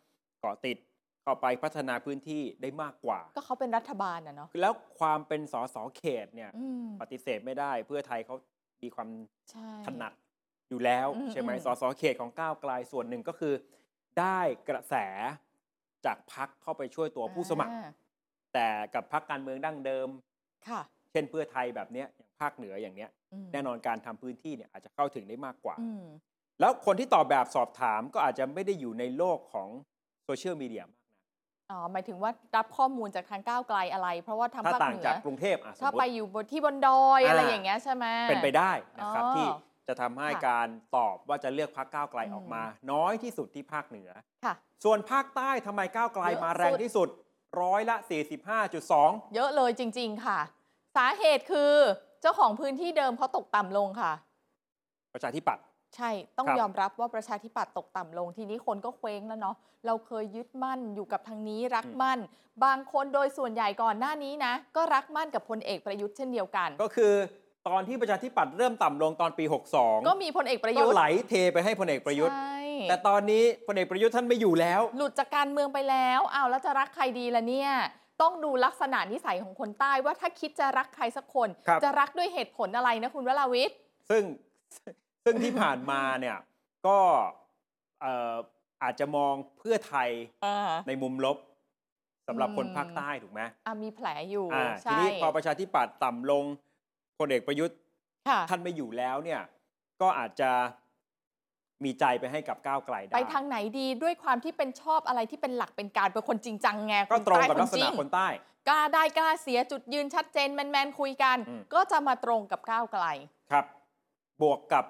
[SPEAKER 2] เกาะติดเข้าไปพัฒนาพื้นที่ได้มากกว่า
[SPEAKER 3] ก็เขาเป็นรัฐบาลนะเนาะ
[SPEAKER 2] แล้วความเป็นสสเขตเนี่ย
[SPEAKER 3] อืม
[SPEAKER 2] ปฏิเสธไม่ได้เพื่อไทยเขามีความ
[SPEAKER 3] ใช่
[SPEAKER 2] ถนัดอยู่แล้ว
[SPEAKER 3] อืม
[SPEAKER 2] ใช่ไหม
[SPEAKER 3] อืม
[SPEAKER 2] สสเขตของก้าวไกลส่วนหนึ่งก็คือ ได้กระแสจากพักเข้าไปช่วยตัวผู้สมัคร
[SPEAKER 3] อ่า
[SPEAKER 2] แต่กับพักการเมืองดั้งเดิม
[SPEAKER 3] ค่ะ
[SPEAKER 2] เช่นเพื่อไทยแบบเนี้ยอย่างภาคเหนืออย่างเนี้ย
[SPEAKER 3] ม
[SPEAKER 2] แน่นอนการทำพื้นที่เนี่ยอาจจะเข้าถึงได้มากกว่า
[SPEAKER 3] อืม
[SPEAKER 2] แล้วคนที่ตอบแบบสอบถามก็อาจจะไม่ได้อยู่ในโลกของโซเชียลมีเดียมาก
[SPEAKER 3] อ๋อหมายถึงว่ารับข้อมูลจากทางก้าวไกลอะไร เพราะว่าทาง
[SPEAKER 2] ถ้า
[SPEAKER 3] ภาค
[SPEAKER 2] ต่าง
[SPEAKER 3] เหนื
[SPEAKER 2] จาก
[SPEAKER 3] อ
[SPEAKER 2] กรุงเทพอ่ะสม
[SPEAKER 3] ถ้าม ไป
[SPEAKER 2] ติ
[SPEAKER 3] อยู่บนที่บนดอยอะไร
[SPEAKER 2] อ่า
[SPEAKER 3] อย่างเงี้ยใช่ไหม
[SPEAKER 2] เป็นไปได้นะครับ
[SPEAKER 3] อ๋อ
[SPEAKER 2] ที่จะทำให้
[SPEAKER 3] ค่ะ
[SPEAKER 2] การตอบว่าจะเลือกพักก้าวไกล
[SPEAKER 3] อืม
[SPEAKER 2] ออกมา น้อยที่สุดที่ภาคเหนือ
[SPEAKER 3] ค่ะ
[SPEAKER 2] ส่วนภาคใต้ทำไมก้าวไกล
[SPEAKER 3] เยอะ
[SPEAKER 2] มาแรง
[SPEAKER 3] สุด
[SPEAKER 2] ที่สุดร้อยละ 45.2
[SPEAKER 3] เยอะเลยจริง ๆ ค่ะ สาเหตุคือเจ้าของพื้นที่เดิมเขาตกต่ำลงค่ะ
[SPEAKER 2] ประชาธิปัตย์
[SPEAKER 3] ใช่ต้อง
[SPEAKER 2] ครับ
[SPEAKER 3] ยอมรับว่าประชาธิปัตย์ตกต่ำลง ทีนี้คนก็เคว้งแล้วเนาะเราเคยยึดมั่นอยู่กับทางนี้รักมั่น บางคนโดยส่วนใหญ่ก่อนหน้านี้นะ ก็รักมั่นกับพลเอกประยุทธ์เช่นเดียวกัน
[SPEAKER 2] ก็คือตอนที่ประชาธิปัตย์เริ่มต่ำลงตอนปี 62
[SPEAKER 3] ก็มีพลเอกประ
[SPEAKER 2] ก็
[SPEAKER 3] ยุทธ์
[SPEAKER 2] ไหลเทไปให้พลเอกประยุทธ์
[SPEAKER 3] ใช่
[SPEAKER 2] แต่ตอนนี้พลเอกประยุทธ์ท่านไม่อยู่แล้ว
[SPEAKER 3] หลุดจากการเมืองไปแล้วอ้าวแล้วจะรักใครดีล่ะเนี่ย ต้องดูลักษณะนิสัยของคนใต้ว่าถ้าคิดจะรักใครสักคน
[SPEAKER 2] ครับ
[SPEAKER 3] จะรักด้วยเหตุผลอะไรนะคุณวราวิทย์
[SPEAKER 2] ซึ่ง ซึ่งที่ผ่านมาเนี่ยก็เอ่ออาจจะมองเพื่อไทย
[SPEAKER 3] อ่า
[SPEAKER 2] ในมุมลบสำหรับ
[SPEAKER 3] อืม
[SPEAKER 2] คนภาคใต้ถูกไหม
[SPEAKER 3] อ่ะมีแผลอยู่
[SPEAKER 2] อ่าที
[SPEAKER 3] ใช่
[SPEAKER 2] นี้พอประชาธิปัตย์ต่ำลงพลเอกประยุทธ์
[SPEAKER 3] ค่ะ
[SPEAKER 2] ท่านไม่อยู่แล้วเนี่ย ก็อาจจะมีใจไปให้กับก้าวไกลได้
[SPEAKER 3] ไปทางไหนดีด้วยความที่เป็นชอบอะไรที่เป็นหลักเป็นการเป็นคนจริงจังไง
[SPEAKER 2] ก็ตรงกับ
[SPEAKER 3] ค
[SPEAKER 2] ลักษ
[SPEAKER 3] จ
[SPEAKER 2] ณะ
[SPEAKER 3] ง
[SPEAKER 2] คนใต้
[SPEAKER 3] กล้าได้กล้าเสียจุดยืนชัดเจนแมนๆคุยกัน
[SPEAKER 2] อืม
[SPEAKER 3] ก็จะมาตรงกับก้าวไกล
[SPEAKER 2] ครับ บวกกับ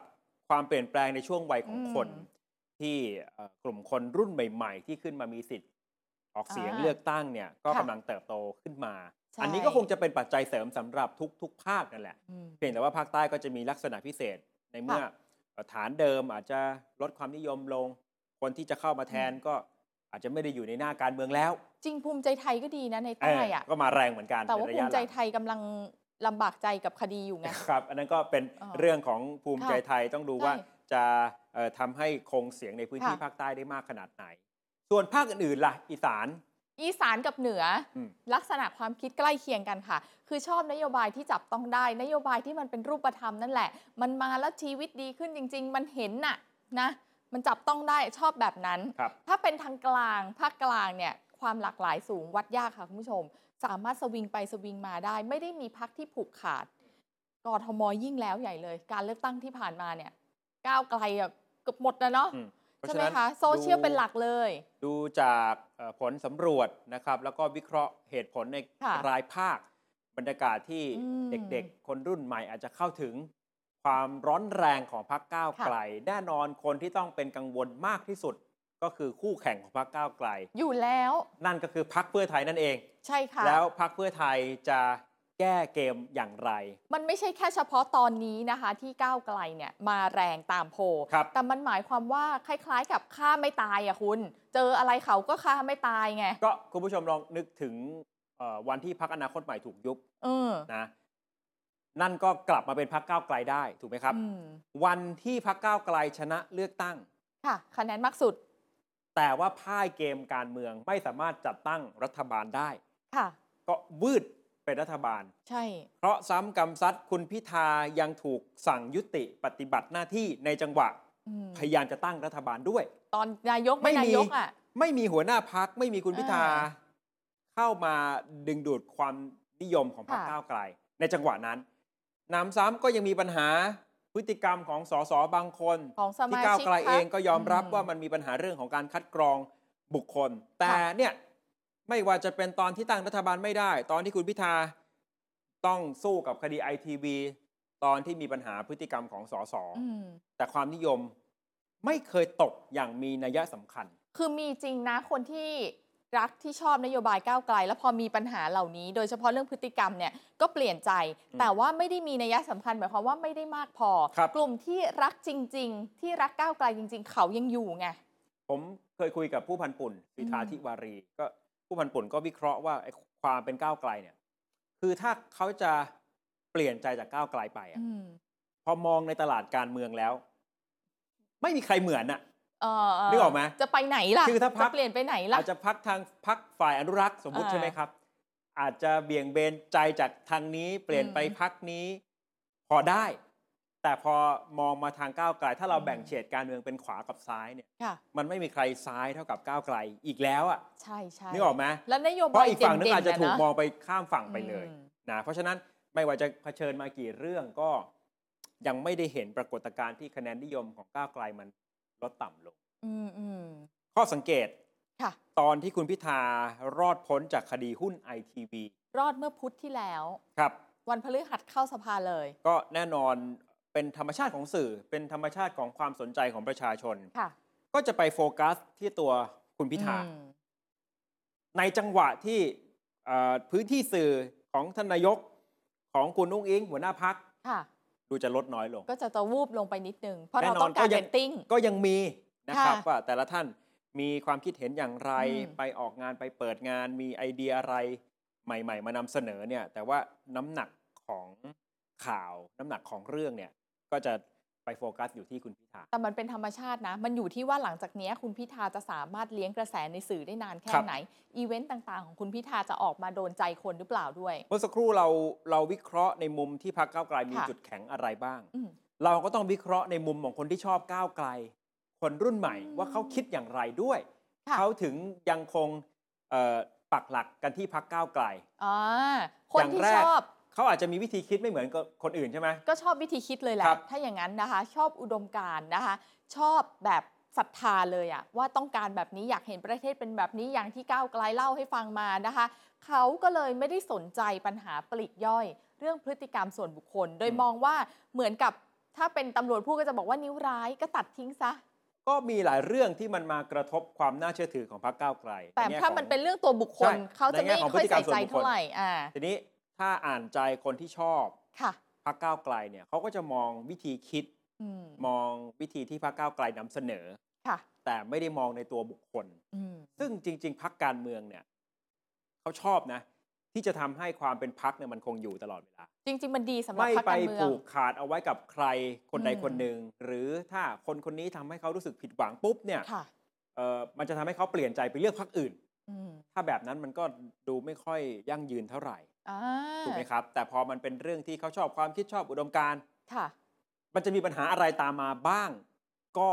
[SPEAKER 2] ความเปลี่ยนแปลงในช่วงวัยของคน
[SPEAKER 3] อืม
[SPEAKER 2] ที่เอ่อกลุ่มคนรุ่นใหม่ ๆ ที่ขึ้นมามีสิทธิ์ ออกเสียง
[SPEAKER 3] อ่า
[SPEAKER 2] เลือกตั้งเนี่ย ก็
[SPEAKER 3] ค่ะ
[SPEAKER 2] กำลังเติบโตขึ้นมา
[SPEAKER 3] ใช่
[SPEAKER 2] อันนี้ก็คงจะเป็นปัจจัยเสริมสำหรับทุกๆภาคนั่นแหละ
[SPEAKER 3] อืม
[SPEAKER 2] เพียงแต่ว่าภาคใต้ก็จะมีลักษณะพิเศษในเมื่อ
[SPEAKER 3] ค่ะ
[SPEAKER 2] ฐานเดิมอาจจะลดความนิยมลง คนที่จะเข้ามาแทน
[SPEAKER 3] อืม
[SPEAKER 2] ก็อาจจะไม่ได้อยู่ในหน้าการเมืองแล้ว
[SPEAKER 3] จริงภูมิใจไทยก็ดีนะใน
[SPEAKER 2] เอ
[SPEAKER 3] ใต้
[SPEAKER 2] อ
[SPEAKER 3] อะ
[SPEAKER 2] ก็มาแรงเหมือนกัน
[SPEAKER 3] แต่ว่า
[SPEAKER 2] ในระ
[SPEAKER 3] ภู
[SPEAKER 2] ยะ
[SPEAKER 3] มิ
[SPEAKER 2] ห
[SPEAKER 3] ใจ
[SPEAKER 2] ลัง
[SPEAKER 3] ไทยกำลังลำบากใจกับคดีอยู่ไง
[SPEAKER 2] ครับ อันนั้นก็เป็น
[SPEAKER 3] เออ
[SPEAKER 2] เรื่องของภูมิใจไทยต้องดูว่า
[SPEAKER 3] ใช่
[SPEAKER 2] จะเอ่อทำให้คงเสียงในพื้นที่
[SPEAKER 3] ค่ะ
[SPEAKER 2] ภาคใต้ได้มากขนาดไหน ส่วนภาคอื่นๆล่ะ อีสาน
[SPEAKER 3] อีสานกับเหนืออ
[SPEAKER 2] ม
[SPEAKER 3] ลักษณะความคิดใกล้เคียงกันค่ะ คือชอบนโยบายที่จับต้องได้ นโยบายที่มันเป็นรูปธรรมนั่นแหละ มันมาแล้วชีวิตดีขึ้นจริง ๆ มันเห็นน่ะนะมันจับต้องได้ชอบแบบนั้น
[SPEAKER 2] ครับ
[SPEAKER 3] ถ้าเป็นทางกลางภาคกลางเนี่ยความหลากหลายสูงวัดยากค่ะคุณผู้ชม สามารถสวิงไปสวิงมาได้ ไม่ได้มีพักที่ผูกขาดกทมยิ่งแล้วใหญ่เลย การเลือกตั้งที่ผ่านมาเนี่ยก้าวไกลอะเกือบหมดนะเนาะ
[SPEAKER 2] อืม เพรา
[SPEAKER 3] ใช่ไหม
[SPEAKER 2] ฉนั้น
[SPEAKER 3] คะโซเชียล
[SPEAKER 2] ดู
[SPEAKER 3] เป็นหลักเลย
[SPEAKER 2] ดูจากเอ่อผลสำรวจนะครับ แล้วก็วิเคราะห์เหตุผลใน
[SPEAKER 3] ค่ะ
[SPEAKER 2] รายภาค บรรยากาศที่
[SPEAKER 3] อืม
[SPEAKER 2] เด็กๆ คนรุ่นใหม่อาจจะเข้าถึงความร้อนแรงของพรรคก้าว
[SPEAKER 3] ค่ะ
[SPEAKER 2] ไกล แน่นอนคนที่ต้องเป็นกังวลมากที่สุด ก็คือคู่แข่งของพรรคก้าวไกล
[SPEAKER 3] อยู่แล้ว
[SPEAKER 2] นั่นก็คือพรรคเพื่อไทยนั่นเอง
[SPEAKER 3] ใช่ค่ะ
[SPEAKER 2] แล้วพักเพื่อไทยจะแก้เกมอย่างไร
[SPEAKER 3] มันไม่ใช่แค่เฉพาะตอนนี้นะคะ ที่ก้าวไกลเนี่ยมาแรงตามโพล
[SPEAKER 2] ครับ
[SPEAKER 3] แต่มันหมายความว่าคล้ายๆ กับฆ่าไม่ตายอะคุณ เจออะไรเขาก็ฆ่าไม่ตายไง
[SPEAKER 2] ก็คุณผู้ชมลองนึกถึงเอ่อวันที่พักอนาคตใหม่ถูกยุบ
[SPEAKER 3] เออ
[SPEAKER 2] นะนั่นก็กลับมาเป็นพักก้าวไกลได้ถูกไหมครับ
[SPEAKER 3] อืม
[SPEAKER 2] วันที่พักก้าวไกลชนะเลือกตั้ง
[SPEAKER 3] ค่ะคะแนนมากสุด
[SPEAKER 2] แต่ว่าพ่ายเกมการเมืองไม่สามารถจัดตั้งรัฐบาลได้
[SPEAKER 3] ค่ะ
[SPEAKER 2] ก็วืดเป็นรัฐบาล
[SPEAKER 3] ใช่
[SPEAKER 2] เพราะซ้ำกำซัดคุณพิธายังถูกสั่งยุติปฏิบัติหน้าที่ในจังหวะ
[SPEAKER 3] อืม
[SPEAKER 2] พยายามจะตั้งรัฐบาลด้วย
[SPEAKER 3] ตอนนายก
[SPEAKER 2] ไม่
[SPEAKER 3] ไม่
[SPEAKER 2] มี
[SPEAKER 3] นายกอ่ะ
[SPEAKER 2] ไม่มีหัวหน้าพักไม่มีคุณพิธา
[SPEAKER 3] อ่า
[SPEAKER 2] เข้ามาดึงดูดความนิยมของพรรค
[SPEAKER 3] ค่ะ
[SPEAKER 2] ก้าวไกล ในจังหวะนั้นหนำซ้ำก็ยังมีปัญหาพฤติกรรมของสสบางคน
[SPEAKER 3] ของส
[SPEAKER 2] ที่
[SPEAKER 3] มา
[SPEAKER 2] ก้าว
[SPEAKER 3] ชิก
[SPEAKER 2] ไกล
[SPEAKER 3] พร
[SPEAKER 2] เอ
[SPEAKER 3] รค
[SPEAKER 2] งก็ยอมรับ
[SPEAKER 3] ม
[SPEAKER 2] ว่ามันมีปัญหาเรื่องของการคัดกรองบุคคล แต่
[SPEAKER 3] ค่ะ
[SPEAKER 2] เนี่ย ไม่ว่าจะเป็นตอนที่ตั้งรัฐบาลไม่ได้ ตอนที่คุณพิธาต้องสู้กับคดีไอทีวีตอนที่มีปัญหาพฤติกรรมของสส
[SPEAKER 3] อืม
[SPEAKER 2] แต่ความนิยมไม่เคยตกอย่างมีนัยสำคัญ
[SPEAKER 3] คือมีจริงนะคนที่รักที่ชอบนโยบายก้าวไกล แล้วพอมีปัญหาเหล่านี้ โดยเฉพาะเรื่องพฤติกรรมเนี่ยก็เปลี่ยนใจ
[SPEAKER 2] อืม
[SPEAKER 3] แต่ว่าไม่ได้มีนัยสำคัญหมายความว่าไม่ได้มากพอ
[SPEAKER 2] ครับ
[SPEAKER 3] กลุ่มที่รักจริง ๆ ที่รักก้าวไกลจริง ๆ เขายังอยู่ไง
[SPEAKER 2] ผมเคยคุยกับผู้พันปุ่นสิทธาธิวารี ก็ผู้พันปุ่นก็วิเคราะห์ว่าไอ้ความเป็นก้าวไกลเนี่ย คือถ้าเขาจะเปลี่ยนใจจากก้าวไกลไปอะ
[SPEAKER 3] อืม
[SPEAKER 2] พอมองในตลาดการเมืองแล้ว ไม่มีใครเหมือนอะ
[SPEAKER 3] เอ่อ
[SPEAKER 2] นึกออกไหม
[SPEAKER 3] จะไปไหนล่ะ
[SPEAKER 2] คือถ้าพรรค
[SPEAKER 3] จะเปลี่ยนไปไหนล่ะ
[SPEAKER 2] อาจจะพักทางพักฝ่ายอนุรักษ์สมมุติ
[SPEAKER 3] อ่า
[SPEAKER 2] ใช่ไหมครับ อาจจะเบี่ยงเบนใจจากทางนี้ เปลี่ยน
[SPEAKER 3] อืม
[SPEAKER 2] ไปพักนี้ พอได้ แต่พอมองมาทางก้าวไกล ถ้าเรา
[SPEAKER 3] อืม
[SPEAKER 2] แบ่งเฉดการเมืองเป็นขวากับซ้ายเนี่ย
[SPEAKER 3] ค่ะ
[SPEAKER 2] มันไม่มีใครซ้ายเท่ากับก้าวไกลอีกแล้วอ่ะ
[SPEAKER 3] ใช่ใช่
[SPEAKER 2] นึกออกไหม
[SPEAKER 3] แล้วนโย
[SPEAKER 2] เพ
[SPEAKER 3] บาย
[SPEAKER 2] ราะอีกฝั่งนึง
[SPEAKER 3] เด่นๆ
[SPEAKER 2] อาจจะถูก
[SPEAKER 3] น
[SPEAKER 2] มองไปข้ามฝั่งไปเลย
[SPEAKER 3] อืม
[SPEAKER 2] นะเพราะฉะนั้นไม่ว่าจะเผชิญมากี่เรื่องก็ ยังไม่ได้เห็นปรากฏการณ์ที่คะแนนนิยมของก้าวไกลมันลดต่ำลง
[SPEAKER 3] อืมอืม
[SPEAKER 2] ข้อสังเกต
[SPEAKER 3] ค่ะ
[SPEAKER 2] ตอนที่คุณพิธารอดพ้นจากคดีหุ้นไอทีวี
[SPEAKER 3] รอดเมื่อพุธที่แล้ว
[SPEAKER 2] ครับ
[SPEAKER 3] วันพฤหัสเข้าสภาเลย
[SPEAKER 2] ก็แน่นอนเป็นธรรมชาติของสื่อ เป็นธรรมชาติของความสนใจของประชาชน
[SPEAKER 3] ค่ะ
[SPEAKER 2] ก็จะไปโฟกัสที่ตัวคุณพิธา
[SPEAKER 3] อืม
[SPEAKER 2] ในจังหวะที่เอ่อพื้นที่สื่อของทานนายกของคุณนุ้งอิง หัวหน้าพัก
[SPEAKER 3] ค่ะ
[SPEAKER 2] ดูจะลดน้อยลง
[SPEAKER 3] ก็จะจะวูบลงไปนิดนึง เพราะเรา
[SPEAKER 2] แน่นอน
[SPEAKER 3] ต้องการ
[SPEAKER 2] ก็ยั
[SPEAKER 3] เรง ตติ้ง
[SPEAKER 2] ก็ยังมีนะครับ
[SPEAKER 3] ค่ะ
[SPEAKER 2] ว่าแต่ละท่านมีความคิดเห็นอย่างไร
[SPEAKER 3] อืม
[SPEAKER 2] ไปออกงานไปเปิดงาน มีไอเดียอะไรใหม่ ๆ มานำเสนอเนี่ย แต่ว่าน้ำหนักของข่าวน้ำหนักของเรื่องเนี่ย ก็จะไปโฟกัสอยู่ที่คุณพิธา
[SPEAKER 3] แต่มันเป็นธรรมชาตินะ มันอยู่ที่ว่าหลังจากเนี้ยคุณพิธาจะสามารถเลี้ยงกระแสในสื่อได้นานแค่
[SPEAKER 2] ครับ
[SPEAKER 3] ไหน อีเวนต์ต่างๆ ของคุณพิธาจะออกมาโดนใจคนหรือเปล่าด้วย
[SPEAKER 2] เมื่อสักครู่เราเราวิเคราะห์ในมุมที่พรรคก้าวไกลมี
[SPEAKER 3] ค่ะ
[SPEAKER 2] จุดแข็งอะไรบ้าง
[SPEAKER 3] อืม
[SPEAKER 2] เราก็ต้องวิเคราะห์ในมุมของคนที่ชอบก้าวไกล คนรุ่นใหม่
[SPEAKER 3] อืม
[SPEAKER 2] ว่าเขาคิดอย่างไรด้วย
[SPEAKER 3] ค่ะ
[SPEAKER 2] เขาถึงยังคงเอ่อปักหลักกันที่พรรคก้าวไกล
[SPEAKER 3] อ่าคน
[SPEAKER 2] อ
[SPEAKER 3] ที่
[SPEAKER 2] ย่างแร
[SPEAKER 3] ช
[SPEAKER 2] ก
[SPEAKER 3] อบ
[SPEAKER 2] เขาอาจจะมีวิธีคิดไม่เหมือนกับคนอื่นใช่ไหม
[SPEAKER 3] ก็ชอบวิธีคิดเลยแหละ
[SPEAKER 2] ครับ
[SPEAKER 3] ถ้าอย่างนั้นนะคะ ชอบอุดมการณ์นะคะ ชอบแบบศรัทธาเลยอะว่าต้องการแบบนี้อยากเห็นประเทศเป็นแบบนี้อย่างที่ก้าวไกลเล่าให้ฟังมานะคะ เขาก็เลยไม่ได้สนใจปัญหาปลีกย่อย เรื่องพฤติกรรมส่วนบุคคล โดย
[SPEAKER 2] อืม
[SPEAKER 3] มองว่าเหมือนกับถ้าเป็นตำรวจพูดก็จะบอกว่านิ้วร้ายก็ตัดทิ้งซะ
[SPEAKER 2] ก็มีหลายเรื่องที่มันมากระทบความน่าเชื่อถือของพรรคก้าวไกล
[SPEAKER 3] แต่
[SPEAKER 2] ใแง่
[SPEAKER 3] ถ้ามัน
[SPEAKER 2] ของ
[SPEAKER 3] เป็นเรื่องตัวบุคคล
[SPEAKER 2] ใช่
[SPEAKER 3] เขาจะ
[SPEAKER 2] ในแง่
[SPEAKER 3] ไม่
[SPEAKER 2] ของ
[SPEAKER 3] ค่อ
[SPEAKER 2] พฤ
[SPEAKER 3] ย
[SPEAKER 2] ติกรรมส่วน
[SPEAKER 3] ใส่ใจ
[SPEAKER 2] บุคคล
[SPEAKER 3] เท่าไหร่อ่า
[SPEAKER 2] ทีนี้ถ้าอ่านใจคนที่ชอบ
[SPEAKER 3] ค่ะ
[SPEAKER 2] พรรคก้าวไกลเนี่ยเขาก็จะมองวิธีคิด
[SPEAKER 3] อืม
[SPEAKER 2] มองวิธีที่พรรคก้าวไกลนำเสนอ
[SPEAKER 3] ค่ะ
[SPEAKER 2] แต่ไม่ได้มองในตัวบุคคล
[SPEAKER 3] อืม
[SPEAKER 2] ซึ่งจริง ๆพรรคการเมืองเนี่ยเขาชอบนะ ที่จะทำให้ความเป็นพรรคเนี่ยมันคงอยู่ตลอดเวลา
[SPEAKER 3] จริง ๆ มันดีสำหรับ
[SPEAKER 2] ไม่
[SPEAKER 3] พรรค
[SPEAKER 2] ไป
[SPEAKER 3] การเมือง
[SPEAKER 2] ผูกขาดเอาไว้กับใครคนใด
[SPEAKER 3] อืม
[SPEAKER 2] คนหนึ่งหรือถ้าคนคนนี้ทำให้เขารู้สึกผิดหวังปุ๊บเนี่ย
[SPEAKER 3] ค่ะ
[SPEAKER 2] เอ่อมันจะทำให้เขาเปลี่ยนใจไปเลือกพรรคอื่น
[SPEAKER 3] อืม
[SPEAKER 2] ถ้าแบบนั้นมันก็ดูไม่ค่อยยั่งยืนเท่าไหร่
[SPEAKER 3] อ่า
[SPEAKER 2] ถูกไหมครับ แต่พอมันเป็นเรื่องที่เขาชอบความคิดชอบอุดมการณ์
[SPEAKER 3] ค่ะ
[SPEAKER 2] มันจะมีปัญหาอะไรตามมาบ้าง ก็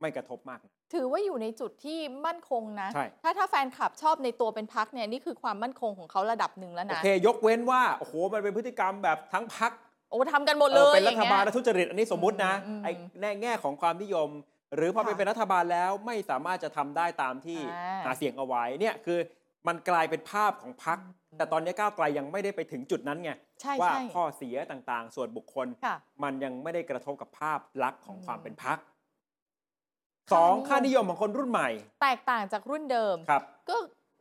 [SPEAKER 2] ไม่กระทบมากนะ
[SPEAKER 3] ถือว่าอยู่ในจุดที่มั่นคงนะ
[SPEAKER 2] ใช่
[SPEAKER 3] ถ้าถ้าแฟนคลับชอบในตัวเป็นพักเนี่ยนี่คือความมั่นคงของเขาระดับหนึ่งแล้ว
[SPEAKER 2] โอ
[SPEAKER 3] นะ
[SPEAKER 2] เค ยกเว้นว่าโอ้โหมันเป็นพฤติกรรมแบบทั้งพัก
[SPEAKER 3] โอ้ทำกันหมดเลย
[SPEAKER 2] เป็น
[SPEAKER 3] อ
[SPEAKER 2] รั
[SPEAKER 3] ย่ง
[SPEAKER 2] ฐ
[SPEAKER 3] งี้ย
[SPEAKER 2] บาลและทุจริตอันนี้สมมุตินะ
[SPEAKER 3] อืมอืม
[SPEAKER 2] ไอ้แง่แง่ของความนิยม หรือพอ
[SPEAKER 3] ค่ะ
[SPEAKER 2] ไปเป็นรัฐบาลแล้วไม่สามารถจะทำได้ตามที่
[SPEAKER 3] อ่า
[SPEAKER 2] หาเสียงเอาไว้เนี่ยคือมันกลายเป็นภาพของพัก แต่ตอนนี้ก้าวไกลยังไม่ได้ไปถึงจุดนั้นไง
[SPEAKER 3] ใช่
[SPEAKER 2] ว่า
[SPEAKER 3] ใช่
[SPEAKER 2] ข้อเสียต่างๆ ส่วนบุคคล
[SPEAKER 3] ค่ะ
[SPEAKER 2] มันยังไม่ได้กระทบกับภาพลักษณ์ของ
[SPEAKER 3] อืม
[SPEAKER 2] ความเป็นพัก
[SPEAKER 3] ค่า
[SPEAKER 2] สอง
[SPEAKER 3] นิยม
[SPEAKER 2] ค่านิยมของคนรุ่นใหม่
[SPEAKER 3] แตกต่างจากรุ่นเดิม
[SPEAKER 2] ครับ
[SPEAKER 3] ก็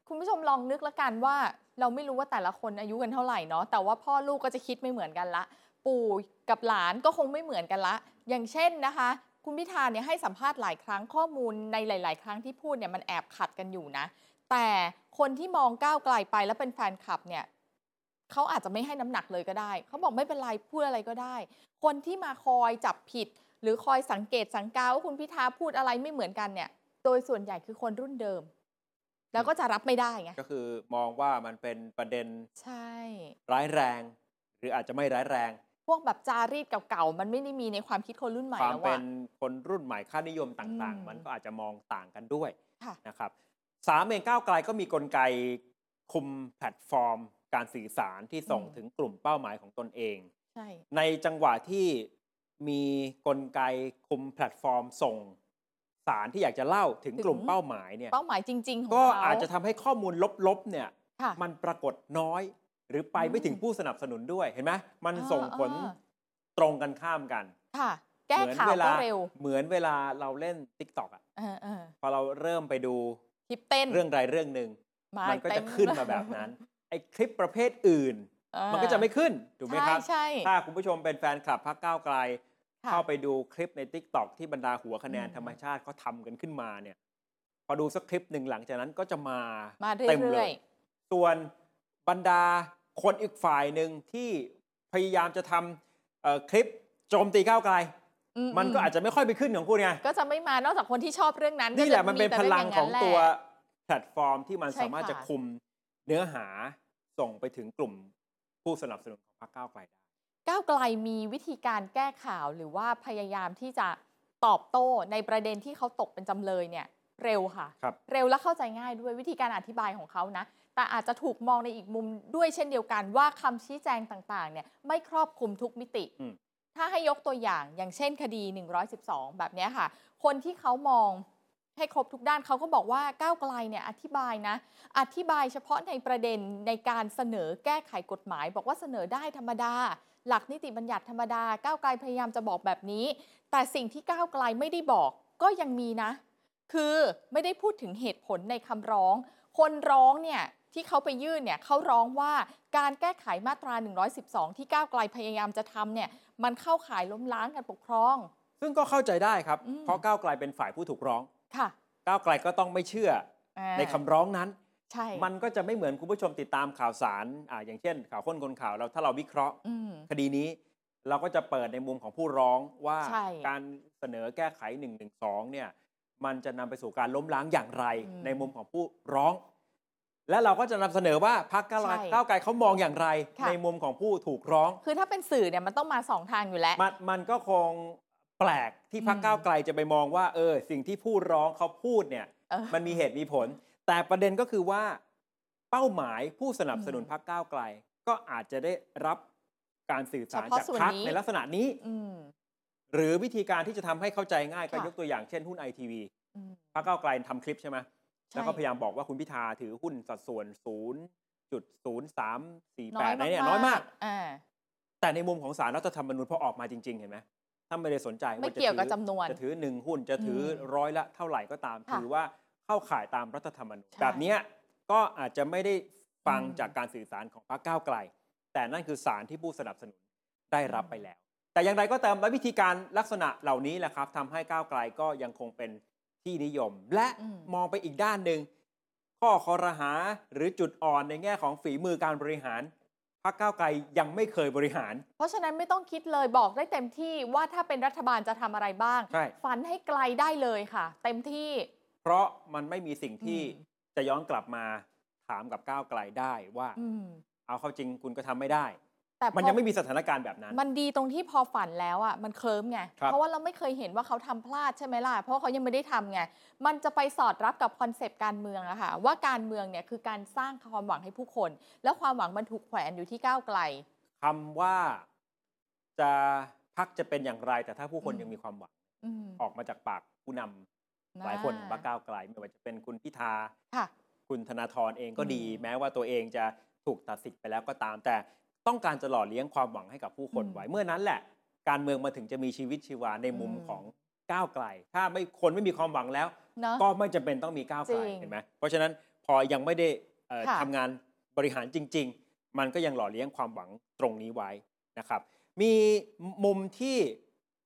[SPEAKER 3] คุณผู้ชมลองนึกละกันว่า เราไม่รู้ว่าแต่ละคนอายุกันเท่าไหร่เนาะแต่ว่าพ่อลูกก็จะคิดไม่เหมือนกันละ ปู่กับหลานก็คงไม่เหมือนกันละ อย่างเช่นนะคะ คุณพิธาเนี่ยให้สัมภาษณ์หลายครั้งข้อมูลในหลาย ๆ ครั้งที่พูดเนี่ยมันแอบขัดกันอยู่นะ แต่คนที่มองก้าวไกลไปแล้วเป็นแฟนคลับเนี่ยเขาอาจจะไม่ให้น้ำหนักเลยก็ได้ เขาบอกไม่เป็นไรพูดอะไรก็ได้ คนที่มาคอยจับผิด หรือคอยสังเกตสังกาว่าคุณพิธาพูดอะไรไม่เหมือนกันเนี่ย โดยส่วนใหญ่คือคนรุ่นเดิม แล้วก็จะรับไม่ได้ไง
[SPEAKER 2] ก็คือมองว่ามันเป็นประเด็น
[SPEAKER 3] ใช่
[SPEAKER 2] ร้ายแรง หรืออาจจะไม่ร้ายแรง
[SPEAKER 3] พวกแบบจารีตเก่าๆ มันไม่ได้มีในความคิดคนรุ่นใหม่
[SPEAKER 2] ความ
[SPEAKER 3] แล้ว
[SPEAKER 2] เป็
[SPEAKER 3] อะ
[SPEAKER 2] นคนรุ่นใหม่ค่านิยมต่าง
[SPEAKER 3] อืม
[SPEAKER 2] ๆ มันก็อาจจะมองต่างกันด้วย
[SPEAKER 3] ค่ะ
[SPEAKER 2] นะครับสามเองก้าวไกลก็มีกลไกคุมแพลตฟอร์ม การสื่อสารที่ส่งถึงกลุ่มเป้าหมายของตนเอง
[SPEAKER 3] ใช่
[SPEAKER 2] ในจังหวะที่มีกลไกคุมแพลตฟอร์มส่งส ารที่อยากจะเล่าถึงกลุ่ม
[SPEAKER 3] ถึง
[SPEAKER 2] เป้าหมายเนี่ย
[SPEAKER 3] เป้าหมายจริง ๆ ของ
[SPEAKER 2] ก็
[SPEAKER 3] เขา
[SPEAKER 2] อาจจะทำให้ข้อมูลลบๆเนี่ย
[SPEAKER 3] ค่ะ
[SPEAKER 2] มันปรากฏน้อย หรือไปไม่ถึงผู้สนับสนุนด้วยเห็นไหมมัน
[SPEAKER 3] อ่า
[SPEAKER 2] ส่งผล
[SPEAKER 3] อ่า
[SPEAKER 2] ตรงกันข้ามกัน
[SPEAKER 3] ค่ะ แก้
[SPEAKER 2] เหมือน
[SPEAKER 3] ข่าว
[SPEAKER 2] เวลา
[SPEAKER 3] ก็เร็ว
[SPEAKER 2] เหมือนเวลาเราเล่น t ิ k t o k อ่ะ
[SPEAKER 3] เออเออ
[SPEAKER 2] พอเราเริ่มไปดู
[SPEAKER 3] คลิปเต้น
[SPEAKER 2] เรื่องใดเรื่องหนึ่ง
[SPEAKER 3] มา
[SPEAKER 2] มันก็
[SPEAKER 3] เต็
[SPEAKER 2] จะขึ้นมาแบบนั้นไอ้คลิปประเภทอื่น
[SPEAKER 3] เออ
[SPEAKER 2] มันก็จะไม่ขึ้นถูกไหมครับ
[SPEAKER 3] ใช่ ใช่
[SPEAKER 2] ถ้าคุณผู้ชมเป็นแฟนคลับพรรคก้าวไกล
[SPEAKER 3] ค่ะ
[SPEAKER 2] เข้าไปดูคลิปใน t ิ k t o k ที่บรรดาหัวคะแนน
[SPEAKER 3] อืม
[SPEAKER 2] ธรรมชาติเขาทำกันขึ้นมาเนี่ยพอดูสักคลิปหนึ่งหลังจากนั้นก็จะมา
[SPEAKER 3] มาเรื
[SPEAKER 2] ม่ เล
[SPEAKER 3] อ
[SPEAKER 2] ย
[SPEAKER 3] ย
[SPEAKER 2] ส่วนบรรดาคนอีกฝ่ายหนึ่งที่พยายามจะทำเอ่อคลิปโจมตีก้าวไกล
[SPEAKER 3] ๆอื
[SPEAKER 2] มันก็อาจจะไม่ค่อยไปขึ้นของคุณไง
[SPEAKER 3] ก็จะไม่มานอกจากคนที่ชอบเรื่องนั้น
[SPEAKER 2] นี่แหละ
[SPEAKER 3] ก็จ
[SPEAKER 2] มันเป็น
[SPEAKER 3] แต่
[SPEAKER 2] พ
[SPEAKER 3] รื่
[SPEAKER 2] ลัง
[SPEAKER 3] ย่า
[SPEAKER 2] ของ
[SPEAKER 3] แหละ
[SPEAKER 2] ตัวแพลตฟอร์มที่มัน
[SPEAKER 3] ใช่
[SPEAKER 2] สามารถจะ
[SPEAKER 3] ค่ะ
[SPEAKER 2] คุมเนื้อหาส่งไปถึงกลุ่มผู้สนับสนุนของพรรคก้าวไกล
[SPEAKER 3] ก้าวไกลมีวิธีการแก้ข่าวหรือว่าพยายามที่จะตอบโต้ในประเด็นที่เขาตกเป็นจำเลยเนี่ย เร็วค่ะ
[SPEAKER 2] ครับ
[SPEAKER 3] เร็วและเข้าใจง่ายด้วยวิธีการอธิบายของเขานะ แต่อาจจะถูกมองในอีกมุมด้วยเช่นเดียวกันว่าคำชี้แจงต่างๆ เนี่ยไม่ครอบคลุมทุกมิติ
[SPEAKER 2] อืม
[SPEAKER 3] ถ้าให้ยกตัวอย่างอย่างเช่นคดี 112 แบบเนี้ยค่ะ คนที่เขามองให้ครบทุกด้านเขาก็บอกว่าก้าวไกลเนี่ยอธิบายนะ อธิบายเฉพาะในประเด็นในการเสนอแก้ไขกฎหมาย บอกว่าเสนอได้ธรรมดา หลักนิติบัญญัติธรรมดา ก้าวไกลพยายามจะบอกแบบนี้ แต่สิ่งที่ก้าวไกลไม่ได้บอกก็ยังมีนะ คือไม่ได้พูดถึงเหตุผลในคำร้อง คนร้องเนี่ยที่เขาไปยื่นเนี่ยเขาร้องว่าการแก้ไขมาตรา 112 ที่ก้าวไกลพยายามจะทำเนี่ยมันเข้าข่ายล้มล้างการปกครอง
[SPEAKER 2] ซึ่งก็เข้าใจได้ครับ
[SPEAKER 3] อืม
[SPEAKER 2] เพราะก้าวไกลเป็นฝ่ายผู้ถูกร้อง
[SPEAKER 3] ค่ะ
[SPEAKER 2] ก้าวไกลก็ต้องไม่เชื่อ
[SPEAKER 3] อ่า
[SPEAKER 2] ในคำร้องนั้น
[SPEAKER 3] ใช่
[SPEAKER 2] มันก็จะไม่เหมือนคุณผู้ชมติดตามข่าวสารอาอย่างเช่น ข่าวข้นคนข่าวเราถ้าเราวิเคราะห์
[SPEAKER 3] อืม
[SPEAKER 2] คดีนี้ เราก็จะเปิดในมุมของผู้ร้องว่า
[SPEAKER 3] ใช่
[SPEAKER 2] การเสนอแก้ไข1นึเนี่ยมันจะนำไปสู่การล้มล้างอย่างไร ในมุมของผู้ร้อง และเราก็จะนำเสนอว่าพรรคก้าวไกล
[SPEAKER 3] ใช่
[SPEAKER 2] ก้าวไกลเขามองอย่างไร
[SPEAKER 3] ค่ะ
[SPEAKER 2] ในมุมของผู้ถูกร้อง
[SPEAKER 3] คือถ้าเป็นสื่อเนี่ยมันต้องมาสองทางอยู่แล้ว
[SPEAKER 2] มันมันก็คงแปลกที่พรรค
[SPEAKER 3] อืม
[SPEAKER 2] ก้าวไกลจะไปมองว่าเออสิ่งที่ผู้ร้องเขาพูด เนี่ย
[SPEAKER 3] เออ
[SPEAKER 2] มันมีเหตุมีผล แต่ประเด็นก็คือว่าเป้าหมายผู้สนับสนุน
[SPEAKER 3] อืม
[SPEAKER 2] พรรคก้าวไกล ก็อาจจะได้รับการสื่อสาร
[SPEAKER 3] เฉพาะ
[SPEAKER 2] จาก
[SPEAKER 3] ส่วน
[SPEAKER 2] พรรค
[SPEAKER 3] นี้
[SPEAKER 2] ในลักษณะนี้
[SPEAKER 3] อืม
[SPEAKER 2] หรือวิธีการที่จะทำให้เข้าใจง่ายก็
[SPEAKER 3] ค่ะ
[SPEAKER 2] ยกตัวอย่างเช่นหุ้นไอทีวี
[SPEAKER 3] อืม
[SPEAKER 2] พรรคก้าวไกลทำคลิปใช่ไหม
[SPEAKER 3] ใช่
[SPEAKER 2] แล้วก็พยายามบอกว่าคุณพิธาถือหุ้นสัดส่วน0 0.0348
[SPEAKER 3] น้อยมาก
[SPEAKER 2] ในเนี่ยน้อยมาก
[SPEAKER 3] อ่า
[SPEAKER 2] แต่ในมุมของสารรัฐธรรมนูญพอออกมาจริง ๆ เห็นไหมถ้าไม่ได้สนใจ
[SPEAKER 3] ไม่
[SPEAKER 2] ว่าจะ
[SPEAKER 3] เกี่ยวกับ
[SPEAKER 2] ถือ
[SPEAKER 3] จำนวน
[SPEAKER 2] จะถือหนึ่งหุ้นจะถืออ
[SPEAKER 3] ม
[SPEAKER 2] ร้อยละเท่าไหร่ก็ตาม
[SPEAKER 3] ค่ะ
[SPEAKER 2] ถือว่าเข้าข่ายตามรัฐธรรมนูญ
[SPEAKER 3] ใช่
[SPEAKER 2] แบบเนี้ยก็อาจจะไม่ได้ฟัง
[SPEAKER 3] อืม
[SPEAKER 2] จากการสื่อสารของพรรคก้าวไกล แต่นั่นคือสารที่ผู้สนับสนุนได้รับไปแล้ว แต่อย่างไรก็ตามและวิธีการลักษณะเหล่านี้แหละครับทำให้ก้าวไกลก็ยังคงเป็นที่นิยม และมองไปอีกด้านหนึ่งข้อคอรหาหรือจุดอ่อนในแง่ของฝีมือการบริหาร พรรคก้าวไกลยังไม่เคยบริหาร
[SPEAKER 3] เพราะฉะนั้นไม่ต้องคิดเลยบอกได้เต็มที่ว่าถ้าเป็นรัฐบาลจะทำอะไรบ้าง
[SPEAKER 2] ใช่
[SPEAKER 3] ฝันให้ไกลได้เลยค่ะ เต็มที่
[SPEAKER 2] เพราะมันไม่มีสิ่งที่
[SPEAKER 3] อื
[SPEAKER 2] จะย้อนกลับมาถามกับก้าวไกลได้ว่า
[SPEAKER 3] อืม
[SPEAKER 2] เอาเข้าจริงคุณก็ทำไม่ได้
[SPEAKER 3] แต่พอ
[SPEAKER 2] มันยังไม่มีสถานการณ์แบบนั้น
[SPEAKER 3] มันดีตรงที่พอฝันแล้วอ่ะมันเคลิ้มไง
[SPEAKER 2] ครับ
[SPEAKER 3] เพราะว่าเราไม่เคยเห็นว่าเขาทำพลาดใช่ไหมล่ะเพราะเขายังไม่ได้ทำไงมันจะไปสอดรับกับคอนเซปต์การเมืองอะค่ะว่าการเมืองเนี่ยคือการสร้างความหวังให้ผู้คน แล้วความหวังมันถูกแขวนอยู่ที่ก้าวไกล
[SPEAKER 2] คำว่าจะพักจะเป็นอย่างไร แต่ถ้าผู้คน
[SPEAKER 3] อืม
[SPEAKER 2] ยังมีความหวัง
[SPEAKER 3] อืม
[SPEAKER 2] ออกมาจากปากผู้นำหลายคนของพรรคก้าวไกล ไม่ว่าจะเป็นคุณพิธา
[SPEAKER 3] ค่ะ
[SPEAKER 2] คุณธนาธรเองก็ดี
[SPEAKER 3] อืม
[SPEAKER 2] แม้ว่าตัวเองจะถูกตัดสิทธิ์ไปแล้วก็ตาม แต่ต้องการจะหล่อเลี้ยงความหวังให้กับผู้คน
[SPEAKER 3] อืม
[SPEAKER 2] ไว้เมื่อนั้นแหละ การเมืองมาถึงจะมีชีวิตชีวาในมุม
[SPEAKER 3] อืม
[SPEAKER 2] ของก้าวไกล ถ้าไม่คนไม่มีความหวังแล้ว
[SPEAKER 3] เนอะ
[SPEAKER 2] ก็ไม่จำเป็นต้องมีก้าวไกล
[SPEAKER 3] จริง
[SPEAKER 2] เห็นไหมเพราะฉะนั้นพอยังไม่ได้เอ่อ
[SPEAKER 3] ค่ะ
[SPEAKER 2] ทำงานบริหารจริง ๆ มันก็ยังหล่อเลี้ยงความหวังตรงนี้ไว้นะครับ มีมุมที่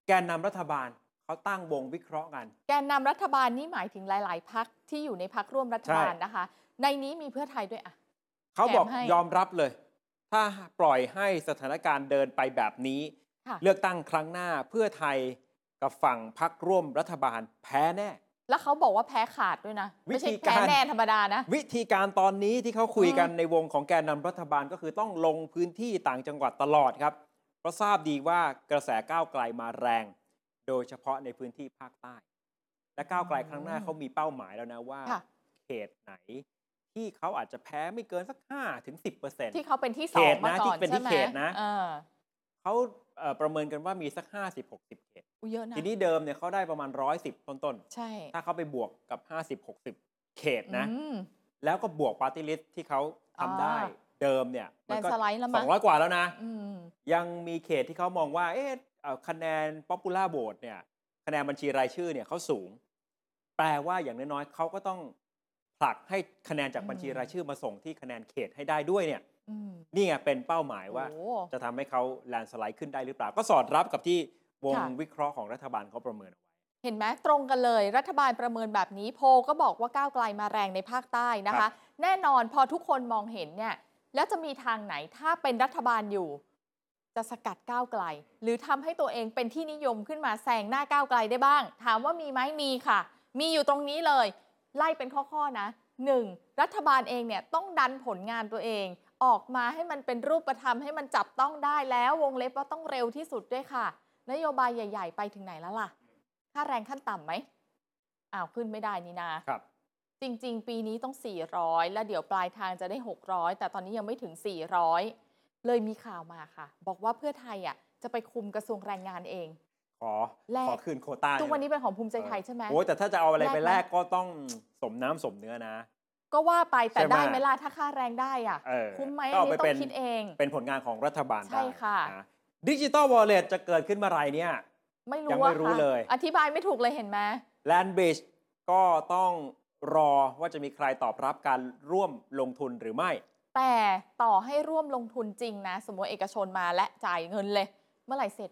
[SPEAKER 2] แกนนำรัฐบาลเขาตั้งวงวิเคราะห์กัน
[SPEAKER 3] แกนนำรัฐบาลนี่หมายถึงหลาย ๆ พักที่อยู่ในพักร่วมรัฐบาลนะคะ ในนี้มีเพื่อไทยด้วยอะ
[SPEAKER 2] เขาบอก
[SPEAKER 3] แถมให้
[SPEAKER 2] ยอมรับเลย ถ้าปล่อยให้สถานการณ์เดินไปแบบนี้
[SPEAKER 3] ค่ะ
[SPEAKER 2] เลือกตั้งครั้งหน้าเพื่อไทยกับฝั่งพักร่วมรัฐบาลแพ้แน่
[SPEAKER 3] แล้วเขาบอกว่าแพ้ขาดด้วยนะ ไม่ใช่
[SPEAKER 2] วิธีการ
[SPEAKER 3] แพ้แน่ธรรมดานะ
[SPEAKER 2] วิธีการตอนนี้ที่เขาคุยกัน
[SPEAKER 3] อืม
[SPEAKER 2] ในวงของแกนนำรัฐบาลก็คือต้องลงพื้นที่ต่างจังหวัดตลอดครับ เพราะทราบดีว่ากระแสก้าวไกลมาแรง โดยเฉพาะในพื้นที่ภาคใต้ และก้าวไกลครั้งหน้าเขามีเป้าหมายแล้วนะว่า
[SPEAKER 3] ค่ะ
[SPEAKER 2] เขตไหน ที่เขาอาจจะแพ้ไม่เกินสัก5ถึง10เปอร์เซ็นต์
[SPEAKER 3] ที่เขาเป็นที่ส
[SPEAKER 2] เข
[SPEAKER 3] อง
[SPEAKER 2] ตนะ
[SPEAKER 3] มาก่อน
[SPEAKER 2] ที่เป็นที่
[SPEAKER 3] ใช่ไห
[SPEAKER 2] เขต
[SPEAKER 3] ม
[SPEAKER 2] นะ
[SPEAKER 3] เออ
[SPEAKER 2] เขาเอ่อประเมินกันว่ามีสัก 50-60 เขต
[SPEAKER 3] อุยเยอะนะ
[SPEAKER 2] ทีนี้เดิมเนี่ยเขาได้ประมาณ 110 ต้น
[SPEAKER 3] ใช่
[SPEAKER 2] ๆ ถ้าเขาไปบวกกับ 50-60 เขตนะ
[SPEAKER 3] อืม
[SPEAKER 2] แล้วก็บวกปาร์ตี้ลิสที่เขาทำได้
[SPEAKER 3] อ่า
[SPEAKER 2] เดิมเนี่ยมัก็
[SPEAKER 3] แลนด์สไลด์แล้วมั้
[SPEAKER 2] ส
[SPEAKER 3] ง
[SPEAKER 2] องร้อยกว่าแล้วนะ
[SPEAKER 3] อืม
[SPEAKER 2] ยังมีเขตที่เขามองว่าเอ๊ะเอ่อคะแนนป๊อปปูล่าโหวตเนี่ยคะแนนบัญชีรายชื่อเนี่ยเขาสูง แปลว่าอย่างน้อยๆเขาก็ต้องผลักให้คะแนนจากบัญชี
[SPEAKER 3] อืม
[SPEAKER 2] รายชื่อมาส่งที่คะแนนเขตให้ได้ด้วยเนี่ย
[SPEAKER 3] อืม
[SPEAKER 2] นี่ไงเป็นเป้าหมายว่า
[SPEAKER 3] โอ้
[SPEAKER 2] จะทำให้เขาแลนด์สไลด์ขึ้นได้หรือเปล่า ก็สอดรับกับที่วง
[SPEAKER 3] ค่ะ
[SPEAKER 2] วิเคราะห์ของรัฐบาลเขาประเมินเอาไว้
[SPEAKER 3] เห็นไหมตรงกันเลย รัฐบาลประเมินแบบนี้โพลก็บอกว่าก้าวไกลมาแรงในภาคใต้นะ
[SPEAKER 2] ครั
[SPEAKER 3] คะ
[SPEAKER 2] บ
[SPEAKER 3] แน่นอนพอทุกคนมองเห็นเนี่ยแล้วจะมีทางไหนถ้าเป็นรัฐบาลอยู่ จะสกัดก้าวไกล หรือทำให้ตัวเองเป็นที่นิยมขึ้นมาแซงหน้าก้าวไกลได้บ้าง ถามว่ามีไหมมีค่ะ มีอยู่ตรงนี้เลย ไล่เป็นข้อๆนะหนึ่งรัฐบาลเองเนี่ยต้องดันผลงานตัวเอง ออกมาให้มันเป็นรูปธรรมให้มันจับต้องได้แล้ววงเล็บว่าต้องเร็วที่สุดด้วยค่ะ นโยบายใหญ่ ๆ ไปถึงไหนแล้วล่ะ ค่าแรงขั้นต่ำไหม อ้าวขึ้นไม่ได้นี่นา
[SPEAKER 2] ครับ
[SPEAKER 3] จริง ๆ ปีนี้ต้อง 400 แล้วเดี๋ยวปลายทางจะได้ 600 แต่ตอนนี้ยังไม่ถึง 400 เลยมีข่าวมาค่ะ บอกว่าเพื่อไทยอ่ะจะไปคุมกระทรวงแรงงานเอง
[SPEAKER 2] ขอ
[SPEAKER 3] แลก
[SPEAKER 2] ขอคืนโควต้า
[SPEAKER 3] ทุกวันนี้เป็นของภูมิใจไทยใช่ไหม
[SPEAKER 2] โอ้แต่ถ้าจะเอาอะไรไป
[SPEAKER 3] แล
[SPEAKER 2] แล
[SPEAKER 3] ก
[SPEAKER 2] ก
[SPEAKER 3] ไหม
[SPEAKER 2] ก็ต้องสมน้ำสมเนื้อนะ
[SPEAKER 3] ก็ว่าไปแต่
[SPEAKER 2] ใช่ไหม
[SPEAKER 3] ได้ไหมล่ะถ้าค่าแรงได้อ่ะ
[SPEAKER 2] เออ
[SPEAKER 3] คุ้มไหม
[SPEAKER 2] ก็
[SPEAKER 3] อัน
[SPEAKER 2] เอา
[SPEAKER 3] นี้
[SPEAKER 2] ไป
[SPEAKER 3] ต้อ
[SPEAKER 2] เป็
[SPEAKER 3] ง
[SPEAKER 2] น
[SPEAKER 3] คิดเอง
[SPEAKER 2] เป็นผลงานของรัฐบาล
[SPEAKER 3] ใช่
[SPEAKER 2] ได้
[SPEAKER 3] ค่ะ
[SPEAKER 2] ดิจิตอลวอลเล็ตจะเกิดขึ้นเมื่อไหรเนี่ย
[SPEAKER 3] ไม่
[SPEAKER 2] ยัง
[SPEAKER 3] รู้
[SPEAKER 2] ไม่
[SPEAKER 3] ว่า
[SPEAKER 2] รู้
[SPEAKER 3] ค่ะ
[SPEAKER 2] เลย
[SPEAKER 3] อธิบายไม่ถูกเลยเห็นไหม
[SPEAKER 2] แลนบ i ิ g ก็ต้องรอว่าจะมีใครตอบรับการร่วมลงทุนหรือไม่
[SPEAKER 3] แต่ต่อให้ร่วมลงทุนจริงนะ สมมติเอกชนมาและจ่ายเงินเลย เมื่อไหร่เสร็จ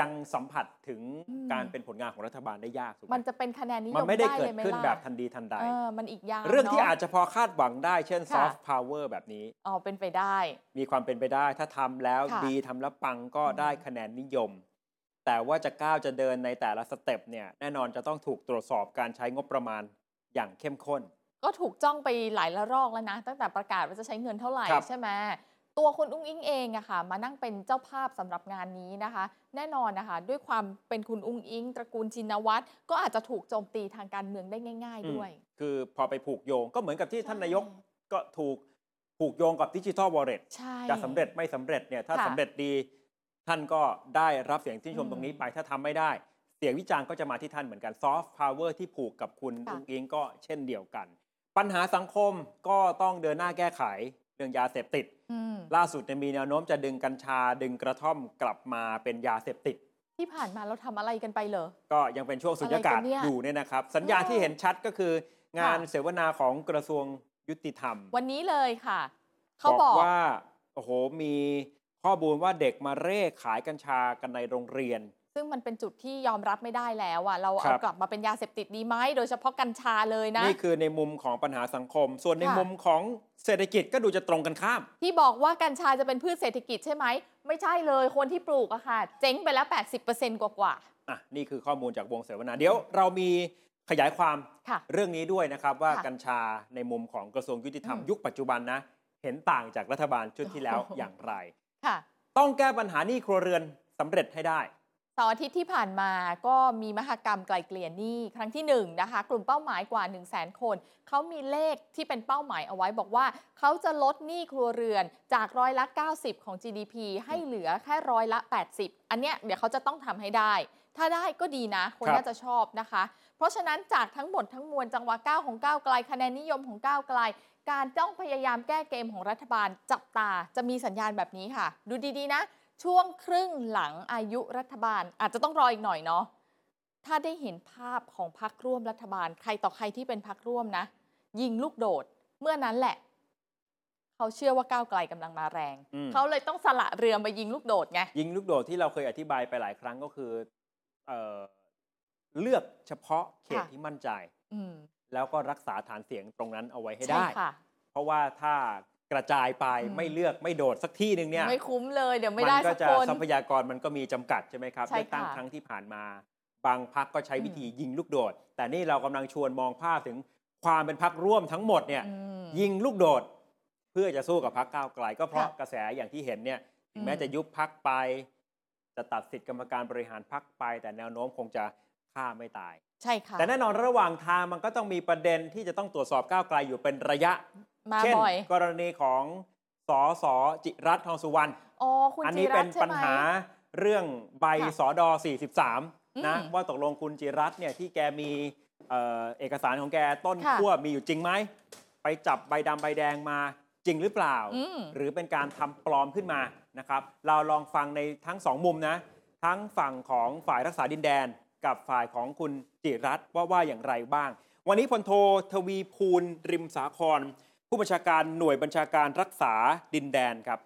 [SPEAKER 2] ยังสัมผัสถึง
[SPEAKER 3] อืม
[SPEAKER 2] การเป็นผลงานของรัฐบาลได้ยากถูกไห
[SPEAKER 3] มันจะเป็นคะแนนนิย
[SPEAKER 2] มัน
[SPEAKER 3] ม
[SPEAKER 2] ไม่ได้
[SPEAKER 3] ได้
[SPEAKER 2] เกิด
[SPEAKER 3] เลยไหม
[SPEAKER 2] ขึ้น
[SPEAKER 3] ล่ะ
[SPEAKER 2] แบบทันดีทันใด
[SPEAKER 3] เออมันอีกยาว
[SPEAKER 2] เรื่องที่
[SPEAKER 3] นะ
[SPEAKER 2] อาจจะพอคาดหวังได้เช่นซ
[SPEAKER 3] ค่ะ
[SPEAKER 2] อฟต์พาวเวอร์แบบนี้
[SPEAKER 3] อ๋อเป็นไปได้
[SPEAKER 2] มีความเป็นไปได้ ถ้าทำแล้ว
[SPEAKER 3] ค่ะ
[SPEAKER 2] ดีทำแล้วปังก็
[SPEAKER 3] อืม
[SPEAKER 2] ได้คะแนนนิยม แต่ว่าจะก้าวจะเดินในแต่ละสเต็ปเนี่ยแน่นอนจะต้องถูกตรวจสอบการใช้งบประมาณอย่างเข้มข้น
[SPEAKER 3] ก็ถูกจ้องไปหลายละรอกแล้วนะ ตั้งแต่ประกาศว่าจะใช้เงินเท่าไหร่
[SPEAKER 2] ครับ
[SPEAKER 3] ใช่ไหมตัวคุณอุ้งอิงเองอะค่ะ มานั่งเป็นเจ้าภาพสำหรับงานนี้นะคะ แน่นอนนะคะ ด้วยความเป็นคุณอุ้งอิง ตระกูลชินวัตรก็อาจจะถูกโจมตีทางการเมืองได้ง่าย ๆ ด้วย
[SPEAKER 2] คือพอไปผูกโยงก็เหมือนกับที่
[SPEAKER 3] ใช่
[SPEAKER 2] ท่านนายกก็ถูกผูกโยงกับดิจิทัลวอลเล็ต
[SPEAKER 3] ใช่
[SPEAKER 2] จะสำเร็จไม่สำเร็จเนี่ยถ้า
[SPEAKER 3] ค่ะ
[SPEAKER 2] สำเร็จดี ท่านก็ได้รับเสียงชื่นชม
[SPEAKER 3] อืม
[SPEAKER 2] ตรงนี้ไปถ้าทำไม่ได้ เสียงวิจารณ์ก็จะมาที่ท่านเหมือนกันซอฟต์พาวเวอร์ที่ผูกกับคุณ
[SPEAKER 3] ค่ะ
[SPEAKER 2] อุงอิงก็เช่นเดียวกัน ปัญหาสังคมก็ต้องเดินหน้าแก้ไขเรื่องยาเสพติด
[SPEAKER 3] อืม
[SPEAKER 2] ล่าสุดเนี่ยมีแนวโน้มจะดึงกัญชาดึงกระท่อมกลับมาเป็นยาเสพติด
[SPEAKER 3] ที่ผ่านมาเราทำอะไรกันไปเหรอ
[SPEAKER 2] ก็ยังเป็นช่วงสุญญากาศ
[SPEAKER 3] อะไรกันเนี่ย
[SPEAKER 2] อยู่เนี่ยนะครับ สัญญาณ
[SPEAKER 3] เออ
[SPEAKER 2] ที่เห็นชัดก็คือ งาน
[SPEAKER 3] ค่ะ
[SPEAKER 2] เสวนาของกระทรวงยุติธรรม
[SPEAKER 3] วันนี้เลยค่ะ เขาบอก
[SPEAKER 2] ว่าโอ้โหมีข้อมูลว่าเด็กมาเร่ขายกัญชากันในโรงเรียน
[SPEAKER 3] ซึ่งมันเป็นจุดที่ยอมรับไม่ได้แล้วอะเรา
[SPEAKER 2] ครั
[SPEAKER 3] เอา
[SPEAKER 2] บ
[SPEAKER 3] กลับมาเป็นยาเสพติดดีไหมโดยเฉพาะกัญชาเลยนะ
[SPEAKER 2] นี่คือในมุมของปัญหาสังคม ส่วนใน
[SPEAKER 3] ค่ะ
[SPEAKER 2] มุมของเศรษฐกิจก็ดูจะตรงกันข้าม
[SPEAKER 3] ที่บอกว่ากัญชาจะเป็นพืชเศรษฐกิจใช่ไหม ไม่ใช่เลยคนที่ปลูกอะค่ะ เจ๊งไปแล้ว 80%กว่ากว่า
[SPEAKER 2] อ่ะนี่คือข้อมูลจากวงเสวนาเดี๋ยวเรามีขยายความ
[SPEAKER 3] ๆค่ะ
[SPEAKER 2] เรื่องนี้ด้วยนะครับว่า
[SPEAKER 3] ค่ะ
[SPEAKER 2] กัญชาในมุมของกระทรวงยุติธรรม
[SPEAKER 3] อืม
[SPEAKER 2] ยุคปัจจุบันนะเห็นต่างจากรัฐบาลชุดที่แล้วอย่างไร
[SPEAKER 3] ค่ะ
[SPEAKER 2] ต้องแก้ปัญหาหนี้ครัวเรือนสำเร็จให้ได้
[SPEAKER 3] เสาร์อาทิตย์ที่ผ่านมาก็มีมหกรรมไกลเกลี่ยหนี้ครั้งที่ 1 นะคะ กลุ่มเป้าหมายกว่า 1 0 0 0 0แคน เขามีเลขที่เป็นเป้าหมายเอาไว้บอกว่า เขาจะลดหนี้ครัวเรือนจากร้อยละ 90 ของ GDP ให้เหลือแค่ร้อยละ 80 อันเนี้ยเดี๋ยวเขาจะต้องทำให้ได้ ถ้าได้ก็ดีนะ คน
[SPEAKER 2] ครับ
[SPEAKER 3] น่าจะชอบนะคะ เพราะฉะนั้นจากทั้งหมดทั้งมวลจังหวะ9ของก้าวไกลคะแนนนิยมของก้าวไกล การจ้องพยายามแก้เกมของรัฐบาลจับตาจะมีสัญญาณแบบนี้ค่ะ ดูดีๆนะ ช่วงครึ่งหลังอายุรัฐบาลอาจจะต้องรออีกหน่อยเนาะถ้าได้เห็นภาพของพักร่วมรัฐบาล ใครต่อใครที่เป็นพักร่วมนะ ยิงลูกโดดเมื่อนั้นแหละ เขาเชื่อว่าก้าวไกลกำลังมาแรง
[SPEAKER 2] อืม
[SPEAKER 3] เขาเลยต้องสละเรือมายิงลูกโดดไง
[SPEAKER 2] ยิงลูกโดดที่เราเคยอธิบายไปหลายครั้งก็คือเออเลือกเฉพาะเขต
[SPEAKER 3] ค่ะ
[SPEAKER 2] ที่มั่นใจ
[SPEAKER 3] อืม
[SPEAKER 2] แล้วก็รักษาฐานเสียงตรงนั้นเอาไว้ให้
[SPEAKER 3] ใช่
[SPEAKER 2] ได้
[SPEAKER 3] ค่ะ
[SPEAKER 2] เพราะว่าถ้ากระจายไป
[SPEAKER 3] อืม
[SPEAKER 2] ไม่เลือกไม่โดดสักที่หนึ่งเนี่ย
[SPEAKER 3] ไม่คุ้มเลยเดี๋ยวไม่
[SPEAKER 2] มั
[SPEAKER 3] ได้
[SPEAKER 2] ก็
[SPEAKER 3] สัก
[SPEAKER 2] จะ
[SPEAKER 3] คน
[SPEAKER 2] ทรัพยากรมันก็มีจำกัดใช่ไหมครับ
[SPEAKER 3] ใช่
[SPEAKER 2] เลือกตั้ง
[SPEAKER 3] ค่ะ
[SPEAKER 2] ครั้งที่ผ่านมา บางพักก็ใช้วิธียิงลูกโดด แต่นี่เรากำลังชวนมองภาพถึงความเป็นพักร่วมทั้งหมดเนี่ย
[SPEAKER 3] อืม
[SPEAKER 2] ยิงลูกโดด เพื่อจะสู้กับพักก้าวไกล ก็เพราะ
[SPEAKER 3] ค่ะ
[SPEAKER 2] กระแสอย่างที่เห็นเนี่ยถึ
[SPEAKER 3] อื
[SPEAKER 2] ง
[SPEAKER 3] ม
[SPEAKER 2] แม้จะยุบพักไป จะตัดสิทธิกรรมการบริหารพักไป แต่แนวโน้มคงจะฆ่าไม่ตาย
[SPEAKER 3] ใช่ค่ะ
[SPEAKER 2] แต่แน่นอนระหว่างทางมันก็ต้องมีประเด็นที่จะต้องตรวจสอบก้าวไกลอยู่เป็นระยะ
[SPEAKER 3] มา
[SPEAKER 2] เช่น
[SPEAKER 3] บ่อย
[SPEAKER 2] กรณีของ สสจิรัตน์ทองสุวรรณ
[SPEAKER 3] อ๋อคุณ
[SPEAKER 2] อัน
[SPEAKER 3] จิ
[SPEAKER 2] นี้
[SPEAKER 3] รั
[SPEAKER 2] เป็
[SPEAKER 3] ต
[SPEAKER 2] น
[SPEAKER 3] น์ใช่
[SPEAKER 2] ปัญ
[SPEAKER 3] ไหม
[SPEAKER 2] หาเรื่องใบ
[SPEAKER 3] ค่ะ
[SPEAKER 2] สอดอ43 นะ
[SPEAKER 3] อืม
[SPEAKER 2] ว่าตกลงคุณจิรัตน์เนี่ยที่แกมีเอ่อเอกสารของแกต้น
[SPEAKER 3] ค่ะ
[SPEAKER 2] ขั้วมีอยู่จริงไหม ไปจับใบดำใบแดงมาจริงหรือเปล่า
[SPEAKER 3] อืม
[SPEAKER 2] หรือเป็นการทำปลอมขึ้นมานะครับ เราลองฟังในทั้งสองมุมนะ ทั้งฝั่งของฝ่ายรักษาดินแดน กับฝ่ายของคุณจิรัตน์ว่าว่าอย่างไรบ้าง วันนี้พลโททวีภูลริมสาคร ผู้บัญชาการหน่วยบัญชาการรักษาดินแดนครับ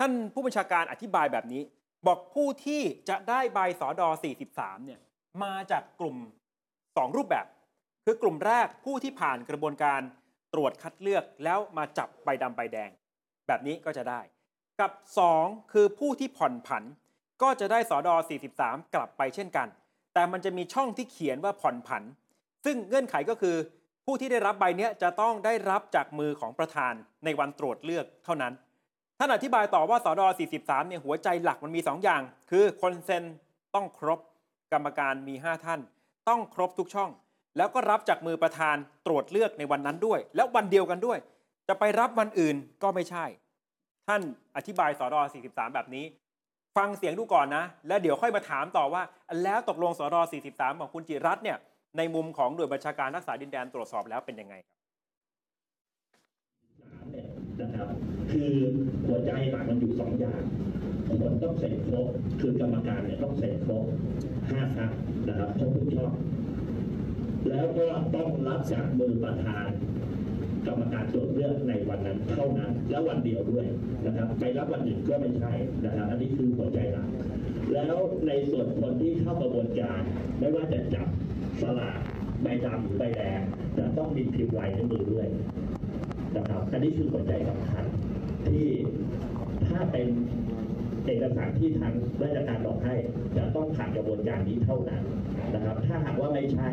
[SPEAKER 2] ท่านผู้บัญชาการอธิบายแบบนี้ บอกผู้ที่จะได้ใบสอดอ43 เนี่ยมาจากกลุ่ม 2 รูปแบบ คือกลุ่มแรกผู้ที่ผ่านกระบวนการตรวจคัดเลือกแล้วมาจับใบดำใบแดง แบบนี้ก็จะได้ กับ 2 คือผู้ที่ผ่อนผัน ก็จะได้สอดอ43 กลับไปเช่นกัน แต่มันจะมีช่องที่เขียนว่าผ่อนผัน ซึ่งเงื่อนไขก็คือ ผู้ที่ได้รับใบเนี้ยจะต้องได้รับจากมือของประธานในวันตรวจเลือกเท่านั้น ท่านอธิบายต่อว่าสอดอ43 เนี่ยหัวใจหลักมันมี 2 อย่าง คือคนเซ็นต้องครบ กรรมการมี 5 ท่าน ต้องครบทุกช่อง แล้วก็รับจากมือประธานตรวจเลือกในวันนั้นด้วย และวันเดียวกันด้วย จะไปรับวันอื่นก็ไม่ใช่ ท่านอธิบายสอดอ43 แบบนี้ ฟังเสียงดูก่อนนะ แล้วเดี๋ยวค่อยมาถามต่อว่า แล้วตกลงสอดอ43 ของคุณจิรัตน์เนี่ยในมุมของหน่วยบัญชาการรักษาดินแดนตรวจสอบแล้วเป็นยังไง
[SPEAKER 4] นะครับคือหัวใจหลักมันอยู่สองอย่างคนต้องเสร็จครบคือกรรมการเนี่ยต้องเสร็จครบห้าครั้งนะครับครบทุกช่องแล้วก็ต้องรับจากมือประธาน กรรมการตรวจเลือกในวันนั้นเท่านั้น และวันเดียวด้วยนะครับ ไปรับวันอื่นก็ไม่ใช่นะครับอันนี้คือหัวใจหลักแล้วในส่วนคนที่เข้ากระบวนการ ไม่ว่าจะจับสลากใบดำหรือใบแดงจะต้องมีพิมพ์ลายนิ้วมือด้วย นะครับอันนี้คือหัวใจสำคัญที่ถ้าเป็นเอกสารที่ทางราชการบอกให้จะต้องผ่านกระบวนการนี้เท่านั้นนะครับ ถ้าหากว่าไม่ใช่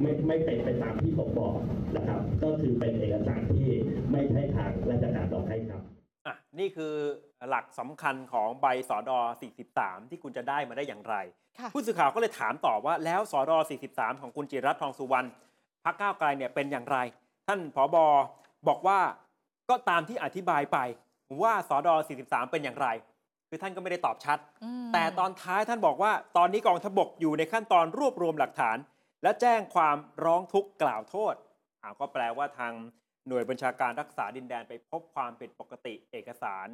[SPEAKER 4] ไม่ไม่เป็นไปตามที่ผมบอกนะครับ ก็คือเป็นเอกสารที่ไม่ใช่ทางราชการบอกให้ครับ
[SPEAKER 2] อ่ะนี่คือหลักสำคัญของใบสอดอ43 ที่คุณจะได้มาได้อย่างไร
[SPEAKER 3] ค่ะ
[SPEAKER 2] ผู้สื่อข่าวก็เลยถามต่อว่าแล้วสอดอ43 ของคุณจิรัตน์ทองสุวรรณพักก้าวไกลเนี่ยเป็นอย่างไร ท่านผอบอบอกว่าก็ตามที่อธิบายไปว่าสอดอ43 เป็นอย่างไร คือท่านก็ไม่ได้ตอบชัด
[SPEAKER 3] อืม
[SPEAKER 2] แต่ตอนท้ายท่านบอกว่าตอนนี้กองทพบกอยู่ในขั้นตอนรวบรวมหลักฐาน และแจ้งความร้องทุกข์กล่าวโทษอ้าวก็แปลว่าทางหน่วยบัญชาการรักษาดินแดนไปพบความผิดปกติเอกสาร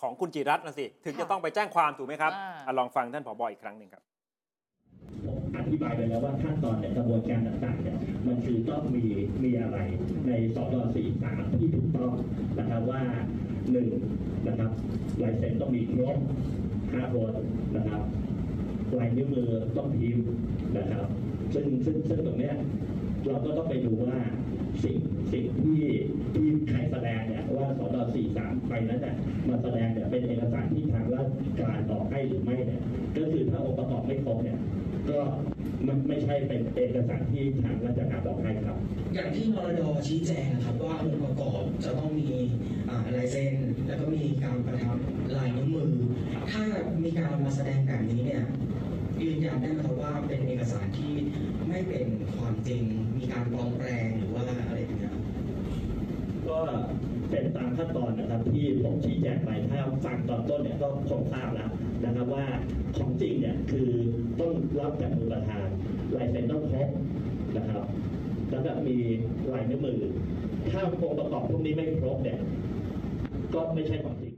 [SPEAKER 2] ของคุณจิรัตน์นะสิ ถึง
[SPEAKER 3] ค่ะ
[SPEAKER 2] จะต้องไปแจ้งความถูกไหมครับ
[SPEAKER 3] อ่า
[SPEAKER 2] อ่ะลองฟังท่านผอบอีกครั้งหนึ่งครับ
[SPEAKER 4] ผมอธิบายไปแล้วว่าขั้นตอนในกระบวนการต่างๆเนี่ยมันคือต้องมีมีอะไรในสอดสี่สามที่ถูกต้องนะครับว่าหนึ่งนะครับลายเซ็นต้องมีครบห้าคนนะครับลายนิ้วมือต้องพิมพ์นะครับ ซึ่งซึ่งซึ่งตรงเนี้ยเราก็ต้องไปดูว่าสิ่งสิ่งที่ที่ใครแสดงเนี่ยว่าสอดสี่สามไปนั้นเนี่ยมาแสดงเนี่ยเป็นเอกสารที่ทางราชการบอกให้หรือไม่เนี่ยก็คือถ้าองค์ประกอบไม่ครบเนี่ย ก็มันไม่ใช่เป็นเอกสารที่ทางราชการบอกให้ครับ
[SPEAKER 5] อย่างที่มรดชี้แจงนะครับว่าองค์ประกอบจะต้องมีอ่าลายเซ็นแล้วก็มีการประทับลายนิ้วมือ ถ้ามีการเอามาแสดงแบบนี้เนี่ยยืนยันได้ไหมครับว่าเป็นเอกสารที่ไม่เป็นความจริง มีการปลอมแปลงหรือว่าอะไรอย่างเงี้ย
[SPEAKER 4] ก็เป็นตามขั้นตอนนะครับที่ผมชี้แจงไปถ้าฟังตอนต้นเนี่ยก็คงทราบแล้วนะครับว่าของจริงเนี่ยคือต้องรับจากมือประธานลายเซ็นต้องครบนะครับ แล้วก็มีลายนิ้วมือ ถ้าองค์ประกอบพวกนี้ไม่ครบเนี่ยก็ไม่ใช่ของจริง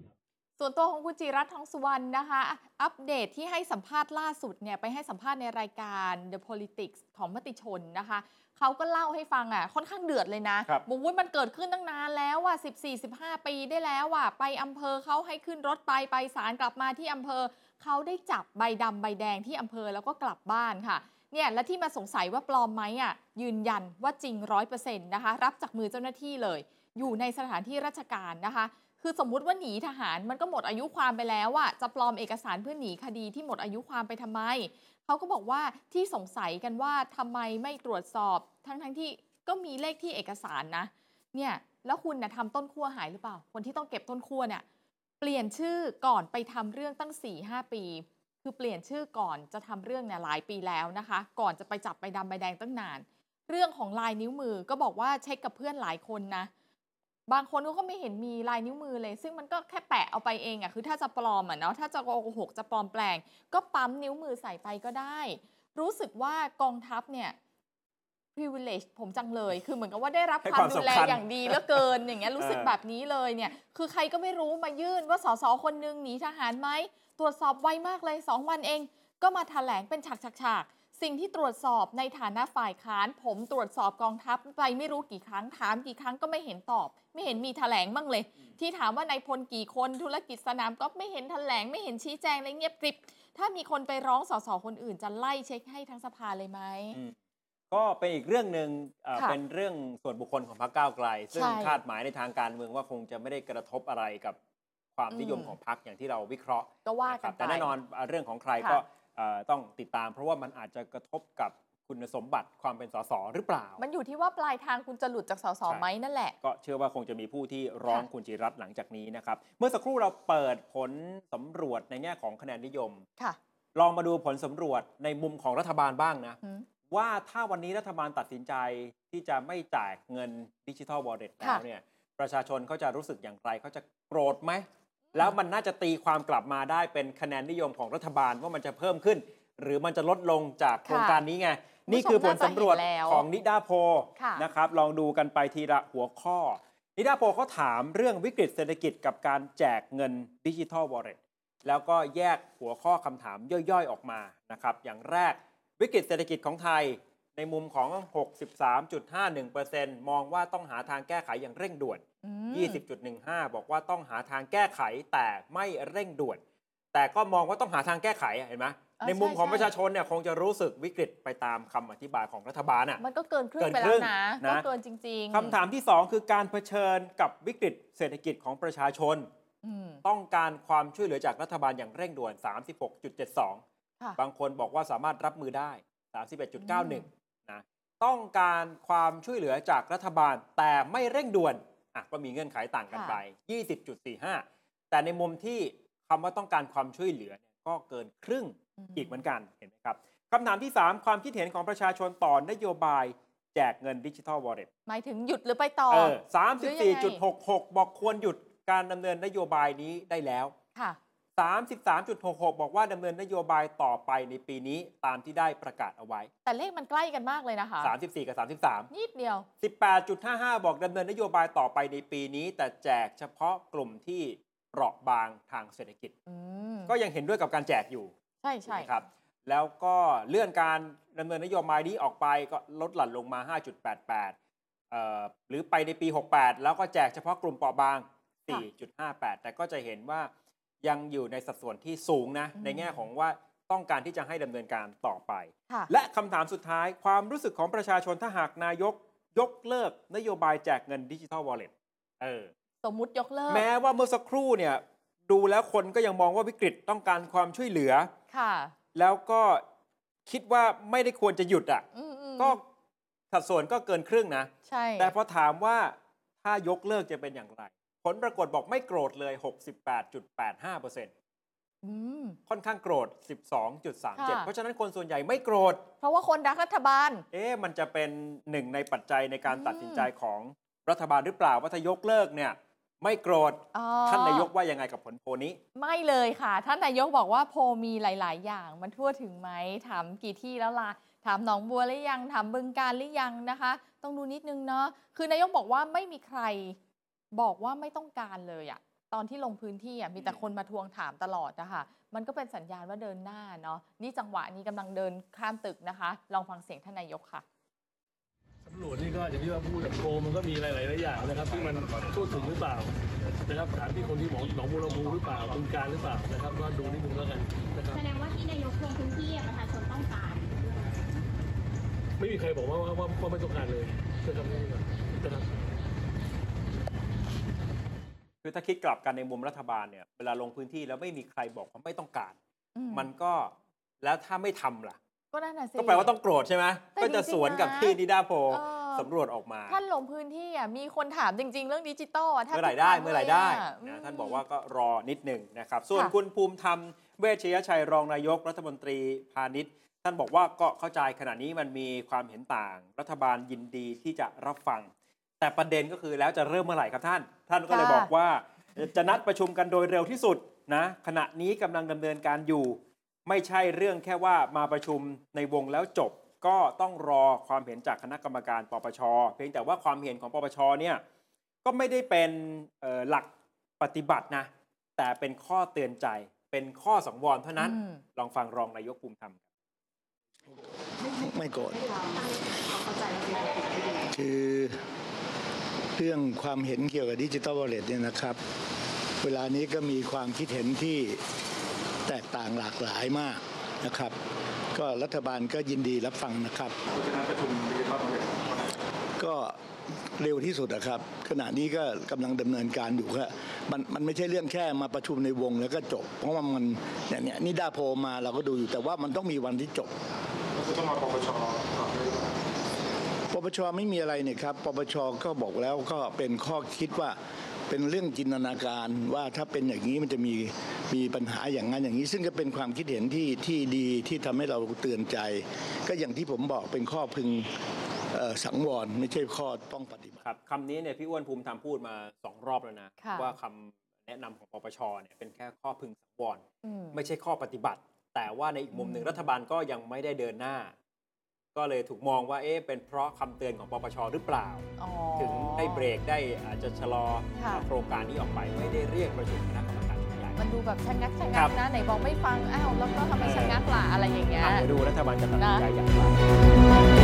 [SPEAKER 3] ส่วนตัวของคุณจิรัตน์ทองสุวรรณนะคะอ่ะอัปเดตที่ให้สัมภาษณ์ล่าสุดเนี่ยไปให้สัมภาษณ์ในรายการ The Politics ของมติชนนะคะ เขาก็เล่าให้ฟังอ่ะค่อนข้างเดือดเลยนะครับ บอกว่ามันเกิดขึ้นตั้งนานแล้วอ่ะ14 15 ปีได้แล้วอ่ะไปอำเภอเขาให้ขึ้นรถไปไปศาลกลับมาที่อำเภอ เขาได้จับใบดำใบแดงที่อำเภอแล้วก็กลับบ้านค่ะ เนี่ยและที่มาสงสัยว่าปลอมไหมอ่ะยืนยันว่าจริงร้อยเปอร์เซ็นต์นะคะ รับจากมือเจ้าหน้าที่เลย อยู่ในสถานที่ราชการนะคะ คือสมมุติว่าหนีทหารมันก็หมดอายุความไปแล้วอะจะปลอมเอกสารเพื่อหนีคดีที่หมดอายุความไปทำไม เขาก็บอกว่าที่สงสัยกันว่าทำไมไม่ตรวจสอบทั้งทั้งๆที่ก็มีเลขที่เอกสารนะ เนี่ยแล้วคุณนะทำต้นขั้วหายหรือเปล่า คนที่ต้องเก็บต้นขั้วเนี่ยเปลี่ยนชื่อก่อนไปทำเรื่องตั้ง4ี่หปี คือเปลี่ยนชื่อก่อนจะทำเรื่องเนี่ยหลายปีแล้วนะคะ ก่อนจะไปจับใบดำใบแดงตั้งนาน เรื่องของลายนิ้วมือก็บอกว่าเช็คกับเพื่อนหลายคนนะ บางคนเขาก็ไม่เห็นมีลายนิ้วมือเลย ซึ่งมันก็แค่แปะเอาไปเองอะคือถ้าจะปลอมอะเนาะถ้าจะโกหกจะปลอมแปลง ก็ปั๊มนิ้วมือใส่ไปก็ได้ รู้สึกว่ากองทัพเนี่ย privilege ผมจังเลย คือเหมือนกับว่าได้รับ
[SPEAKER 2] ให้
[SPEAKER 3] ควา
[SPEAKER 2] ค
[SPEAKER 3] ม
[SPEAKER 2] วาม
[SPEAKER 3] ดูแล
[SPEAKER 2] สำคัญ
[SPEAKER 3] อย่างดีเหลือเกิน อย่างเงี้ยรู้สึก
[SPEAKER 2] เออ
[SPEAKER 3] แบบนี้เลยเนี่ย คือใครก็ไม่รู้มายื่นว่าสสคนหนึงหนีทหารไหม ตรวจสอบไวมากเลย 2 วันเอง ก็มาแถลงเป็นฉากฉากฉากสิ่งที่ตรวจสอบในฐานะฝ่ายค้าน ผมตรวจสอบกองทัพไปไม่รู้กี่ครั้งถามกี่ครั้งก็ไม่เห็นตอบ ไม่เห็นมีแถลงบ้างเลย ที่ถามว่านายพลกี่คนธุรกิจสนามก็ไม่เห็นแถลงไม่เห็นชี้แจงเลยเงียบกริบ ถ้ามีคนไปร้องสสคนอื่นจะไล่เช็คให้ทั้งสภาเลยไหม
[SPEAKER 2] ก็เป็นอีกเรื่องหนึ่งเอ่อ
[SPEAKER 3] ค่ะ
[SPEAKER 2] เป็นเรื่องส่วนบุคคลของพรรคก้าวไกล ซึ่ง
[SPEAKER 3] ใช่
[SPEAKER 2] คาดหมายในทางการเมืองว่าคงจะไม่ได้กระทบอะไรกับความ
[SPEAKER 3] อืม
[SPEAKER 2] นิยมของพรรคอย่างที่เราวิเคราะห์
[SPEAKER 3] ก็ว่า
[SPEAKER 2] นะค
[SPEAKER 3] กั
[SPEAKER 2] รั
[SPEAKER 3] น
[SPEAKER 2] บ
[SPEAKER 3] ไป
[SPEAKER 2] แต่แน่นอนเอ่อเรื่องของใคร
[SPEAKER 3] ค่ะ
[SPEAKER 2] ก็เอ่อต้องติดตาม เพราะว่ามันอาจจะกระทบกับคุณสมบัติความเป็นสสหรือเปล่า
[SPEAKER 3] มันอยู่ที่ว่าปลายทางคุณจะหลุดจากสส
[SPEAKER 2] ใช่
[SPEAKER 3] ไหมนั่นแหละ
[SPEAKER 2] ก็เชื่อว่าคงจะมีผู้ที่ร้อง
[SPEAKER 3] ค่ะ
[SPEAKER 2] คุณจิรัตน์หลังจากนี้นะครับ เมื่อสักครู่เราเปิดผลสำรวจในแง่ของคะแนนนิยม
[SPEAKER 3] ค่ะ
[SPEAKER 2] ลองมาดูผลสำรวจในมุมของรัฐบาลบ้างนะ
[SPEAKER 3] อืม
[SPEAKER 2] ว่าถ้าวันนี้รัฐบาลตัดสินใจที่จะไม่จ่ายเงินดิจิทัลวอลเล็ตแล้ว
[SPEAKER 3] ค่ะ
[SPEAKER 2] เนี่ยประชาชนเขาจะรู้สึกอย่างไรเขาจะโกรธไหม แล้วมันน่าจะตีความกลับมาได้เป็นคะแนนนิยมของรัฐบาลว่ามันจะเพิ่มขึ้น หรือมันจะลดลงจากโครงการนี้ไง นี่คือผลสำรวจของนิดาโพล
[SPEAKER 3] ค่ะ
[SPEAKER 2] นะครับ ลองดูกันไปทีละหัวข้อ นิดาโพลเขาถามเรื่องวิกฤตเศรษฐกิจกับการแจกเงินดิจิทัลวอลเล็ตแล้วก็แยกหัวข้อคำถามย่อยๆออกมานะครับ อย่างแรกวิกฤตเศรษฐกิจของไทยในมุมของ 63.51%มองว่าต้องหาทางแก้ไขอย่างเร่งด่วน
[SPEAKER 3] อืม
[SPEAKER 2] 20.15 บอกว่าต้องหาทางแก้ไขแต่ไม่เร่งด่วน แต่ก็มองว่าต้องหาทางแก้ไขอะเห็นไหม
[SPEAKER 3] เออ
[SPEAKER 2] ในมุมของ
[SPEAKER 3] ใช่
[SPEAKER 2] ประชาชนเนี่ยคงจะรู้สึกวิกฤตไปตามคำอธิบายของรัฐบาลอ่ะ
[SPEAKER 3] มันก็เกินครึ่ง
[SPEAKER 2] เกิน
[SPEAKER 3] ไปแล้
[SPEAKER 2] ครึ่
[SPEAKER 3] ว
[SPEAKER 2] ง
[SPEAKER 3] นะ
[SPEAKER 2] นะ
[SPEAKER 3] ก็เกินจริงๆ
[SPEAKER 2] คำถามที่ 2 คือการเผชิญกับวิกฤตเศรษฐกิจของประชาชน
[SPEAKER 3] อืม
[SPEAKER 2] ต้องการความช่วยเหลือจากรัฐบาลอย่างเร่งด่วน
[SPEAKER 3] ค่ะ
[SPEAKER 2] 36.72 บางคนบอกว่าสามารถรับมือได้
[SPEAKER 3] ม
[SPEAKER 2] 31.91 นะ ต้องการความช่วยเหลือจากรัฐบาลแต่ไม่เร่งด่วน อ่ะก็มีเงื่อนไขต่างกันไป 20.45 แต่ในมุมที่คำว่าต้องการความช่วยเหลือเนี่ยก็เกินครึ่ง อีกเหมือนกันเห็นไหมครับคำถามที่ 3 ความคิดเห็นของประชาชนต่อนโยบายแจกเงินดิจิทัลวอลเล็ต
[SPEAKER 3] หมายถึงหยุดหรือไปต่อ
[SPEAKER 2] เออสาม
[SPEAKER 3] หรื
[SPEAKER 2] สิ
[SPEAKER 3] อบ ยังไง
[SPEAKER 2] สี่จุดหกหกบอกควรหยุดการดำเนินนโยบายนี้ได้แล้ว
[SPEAKER 3] ค่ะ
[SPEAKER 2] 33.66 บอกว่าดำเนินนโยบายต่อไปในปีนี้ตามที่ได้ประกาศเอาไว้
[SPEAKER 3] แต่เลขมันใกล้กันมากเลยนะคะ
[SPEAKER 2] 34 กับ 33
[SPEAKER 3] นิดเดียว
[SPEAKER 2] 18.55 บอกดำเนินนโยบายต่อไปในปีนี้ แต่แจกเฉพาะกลุ่มที่เปราะบางทางเศรษฐกิจ
[SPEAKER 3] อืม
[SPEAKER 2] ก็ยังเห็นด้วยกับการแจกอยู่
[SPEAKER 3] ใช่ใช่
[SPEAKER 2] นะครับแล้วก็เลื่อนการดำเนินนโยบายนี้ออกไปก็ลดหลั่นลงมา 5.88เอ่อหรือไปในปี 68 แล้วก็แจกเฉพาะกลุ่มเปราะบาง 4.58 แต่ก็จะเห็นว่ายังอยู่ในสัดส่วนที่สูงนะ
[SPEAKER 3] อืม
[SPEAKER 2] ในแง่ของว่าต้องการที่จะให้ดำเนินการต่อไป
[SPEAKER 3] ค่ะ
[SPEAKER 2] และคำถามสุดท้ายความรู้สึกของประชาชนถ้าหากนายกยกเลิกนโยบายแจกเงินดิจิทัลวอลเล็ตเออ
[SPEAKER 3] สมมุติยกเลิก
[SPEAKER 2] แม้ว่าเมื่อสักครู่เนี่ยดูแล้วคนก็ยังมองว่าวิกฤตต้องการความช่วยเหลือ
[SPEAKER 3] ค่ะ
[SPEAKER 2] แล้วก็คิดว่าไม่ได้ควรจะหยุดอ่ะ
[SPEAKER 3] อืมๆ
[SPEAKER 2] ก็สัดส่วนก็เกินครึ่งนะ
[SPEAKER 3] ใช่
[SPEAKER 2] แต่พอถามว่าถ้ายกเลิกจะเป็นอย่างไร ผลปรากฏบอกไม่โกรธเลย 68.85%
[SPEAKER 3] อืม
[SPEAKER 2] ค่อนข้างโกรธ 12.37
[SPEAKER 3] ค่ะ
[SPEAKER 2] เพราะฉะนั้นคนส่วนใหญ่ไม่โกรธ
[SPEAKER 3] เพราะว่าคนรักรัฐบาล
[SPEAKER 2] เอ๊ะมันจะเป็นหนึ่งในปัจจัยในการ
[SPEAKER 3] อืม
[SPEAKER 2] ตัดสินใจของรัฐบาลหรือเปล่า ว่าถ้ายกเลิกเนี่ย ไม่โกรธ
[SPEAKER 3] อ๋อ
[SPEAKER 2] ท่านนายกว่ายังไงกับผลโพลนี้
[SPEAKER 3] ไม่เลยค่ะ ท่านนายกบอกว่าโพลมีหลาย ๆ อย่าง มันทั่วถึงไหม ถามกี่ที่แล้วล่ะ ถามหนองบัวหรือยัง ถามบึงการหรือยังนะคะ ต้องดูนิดนึงเนาะ คือนายกบอกว่าไม่มีใครบอกว่าไม่ต้องการเลยอะตอนที่ลงพื้นที่อะมีแต่คนมาทวงถามตลอดนะคะ มันก็เป็นสัญญาณว่าเดินหน้าเนาะ นี่จังหวะนี้กำลังเดินข้ามตึกนะคะ ลองฟังเสียงท่านนายกค่ะ
[SPEAKER 6] สำรวจนี่ก็อย่างที่ว่าพูดแบบโกมันก็มีหลายๆอย่างนะครับที่มันทั่วถึงหรือเปล่านะครับถามที่คนที่หมองหนองบัวลำพูหรือเปล่าบึงการหรือเปล่านะครับก็ดูนิดนึงแล้วกันนะครับ
[SPEAKER 7] แสดงว่าที่นายกลงพื้นที่อะประชาชนต้องการ
[SPEAKER 6] ไม่มีใครบอกว่าว่าว่าว่าไม่ต้องการเลยนะครับไม่มีนะครับ
[SPEAKER 2] คือถ้าคิดกลับกันในมุมรัฐบาลเนี่ยเวลาลงพื้นที่แล้วไม่มีใครบอกว่าไม่ต้องการ
[SPEAKER 3] อื
[SPEAKER 2] มันก็แล้วถ้าไม่ทำล่ะ
[SPEAKER 3] ก็นั่นน่ะสิ
[SPEAKER 2] ก็แปลว่าต้องโกรธใช่ไหม
[SPEAKER 3] แต่
[SPEAKER 2] ก็จะ
[SPEAKER 3] จริงๆ
[SPEAKER 2] สวนกับ
[SPEAKER 3] นะ
[SPEAKER 2] ที่นิดาโพล
[SPEAKER 3] เออ
[SPEAKER 2] สำรวจออกมา
[SPEAKER 3] ท่านลงพื้นที่อ่ะมีคนถามจริง ๆ เรื่องดิจิตอลอ่ะแทบ
[SPEAKER 2] เมื่อไหร่
[SPEAKER 3] ทุก
[SPEAKER 2] ได้
[SPEAKER 3] วัน
[SPEAKER 2] เมื่อไหร่
[SPEAKER 3] ลย
[SPEAKER 2] ได้
[SPEAKER 3] ะ
[SPEAKER 2] นะ
[SPEAKER 3] ม
[SPEAKER 2] ท่านบอกว่าก็รอนิดหนึ่งนะครับ ส่วน
[SPEAKER 3] ค่ะ
[SPEAKER 2] คุณภูมิธรรมเวชยชัยรองนายกรัฐมนตรีพาณิชย์ ท่านบอกว่าก็เข้าใจขณะนี้มันมีความเห็นต่าง รัฐบาลยินดีที่จะรับฟัง แต่ประเด็นก็คือแล้วจะเริ่มเมื่อไหร่ครับท่าน ท่านก็เลย
[SPEAKER 3] ค่ะ
[SPEAKER 2] บอกว่าจะนัดประชุมกันโดยเร็วที่สุดนะขณะนี้กำลังดำเนินการอยู่ ไม่ใช่เรื่องแค่ว่ามาประชุมในวงแล้วจบ ก็ต้องรอความเห็นจากคณะกรรมการปปช เพียงแต่ว่าความเห็นของปปชเนี่ยก็ไม่ได้เป็นเอ่อหลักปฏิบัตินะ แต่เป็นข้อเตือนใจเป็นข้อสังวรเท่านั้น
[SPEAKER 3] อืม
[SPEAKER 2] ลองฟังรองนายกภูมิธรรม
[SPEAKER 8] ไม่โกรธคือเรื่องความเห็นเกี่ยวกับดิจิทัลวอลเล็ตเนี่ยนะครับ เวลานี้ก็มีความคิดเห็นที่แตกต่างหลากหลายมากนะครับ ก็รัฐบาลก็ยินดีรับฟังนะครับ ก็เร็วที่สุดนะครับ ขณะนี้ก็กำลังดำเนินการอยู่ครับมันมันไม่ใช่เรื่องแค่มาประชุมในวงแล้วก็จบ เพราะว่ามันเนี่ยเนี่ยนี่ด้าโพลมาเราก็ดูอยู่แต่ว่ามันต้องมีวันที่จบ ปปชไม่มีอะไรเนี่ยครับปปชก็บอกแล้วก็เป็นข้อคิดว่าเป็นเรื่องจินตนาการว่าถ้าเป็นอย่างนี้มันจะมีมีปัญหาอย่างนั้นอย่างนี้ ซึ่งก็เป็นความคิดเห็นที่ที่ดีที่ทำให้เราเตือนใจ ก็อย่างที่ผมบอกเป็นข้อพึงเอ่อสังวรไม่ใช่ข้อต้องปฏิบัติ
[SPEAKER 2] ครับคำนี้เนี่ยพี่อ้วนภูมิธรรมพูดมาสองรอบแล้วนะ
[SPEAKER 3] ค่ะ
[SPEAKER 2] ว่าคำแนะนำของปปชเนี่ยเป็นแค่ข้อพึงสังวร
[SPEAKER 3] อืม
[SPEAKER 2] ไม่ใช่ข้อปฏิบัติ แต่ว่าในอีกมุมหนึ่ง
[SPEAKER 3] อืม
[SPEAKER 2] รัฐบาลก็ยังไม่ได้เดินหน้า ก็เลยถูกมองว่าเอ๊ะเป็นเพราะคำเตือนของปปชหรือเปล่า
[SPEAKER 3] อ๋อ
[SPEAKER 2] ถึงได้เบรกได้อาจจะชะลอ
[SPEAKER 3] ค่ะ
[SPEAKER 2] โครงการนี้ออกไปไม่ได้เรียกประชุมคณะกรรมการชุดใหญ่
[SPEAKER 3] มันดูแบบชะงักชะ
[SPEAKER 2] ค
[SPEAKER 3] งั
[SPEAKER 2] รั
[SPEAKER 3] ก
[SPEAKER 2] บ
[SPEAKER 3] นะไหนบอกไม่ฟัง อ้าว แล้วก็ทำไมชะงักล่ะอะไรอย่างเงี้ย
[SPEAKER 2] อ่ะเดี๋ยวดูรัฐบาลจะตัดสินใจอย่างไร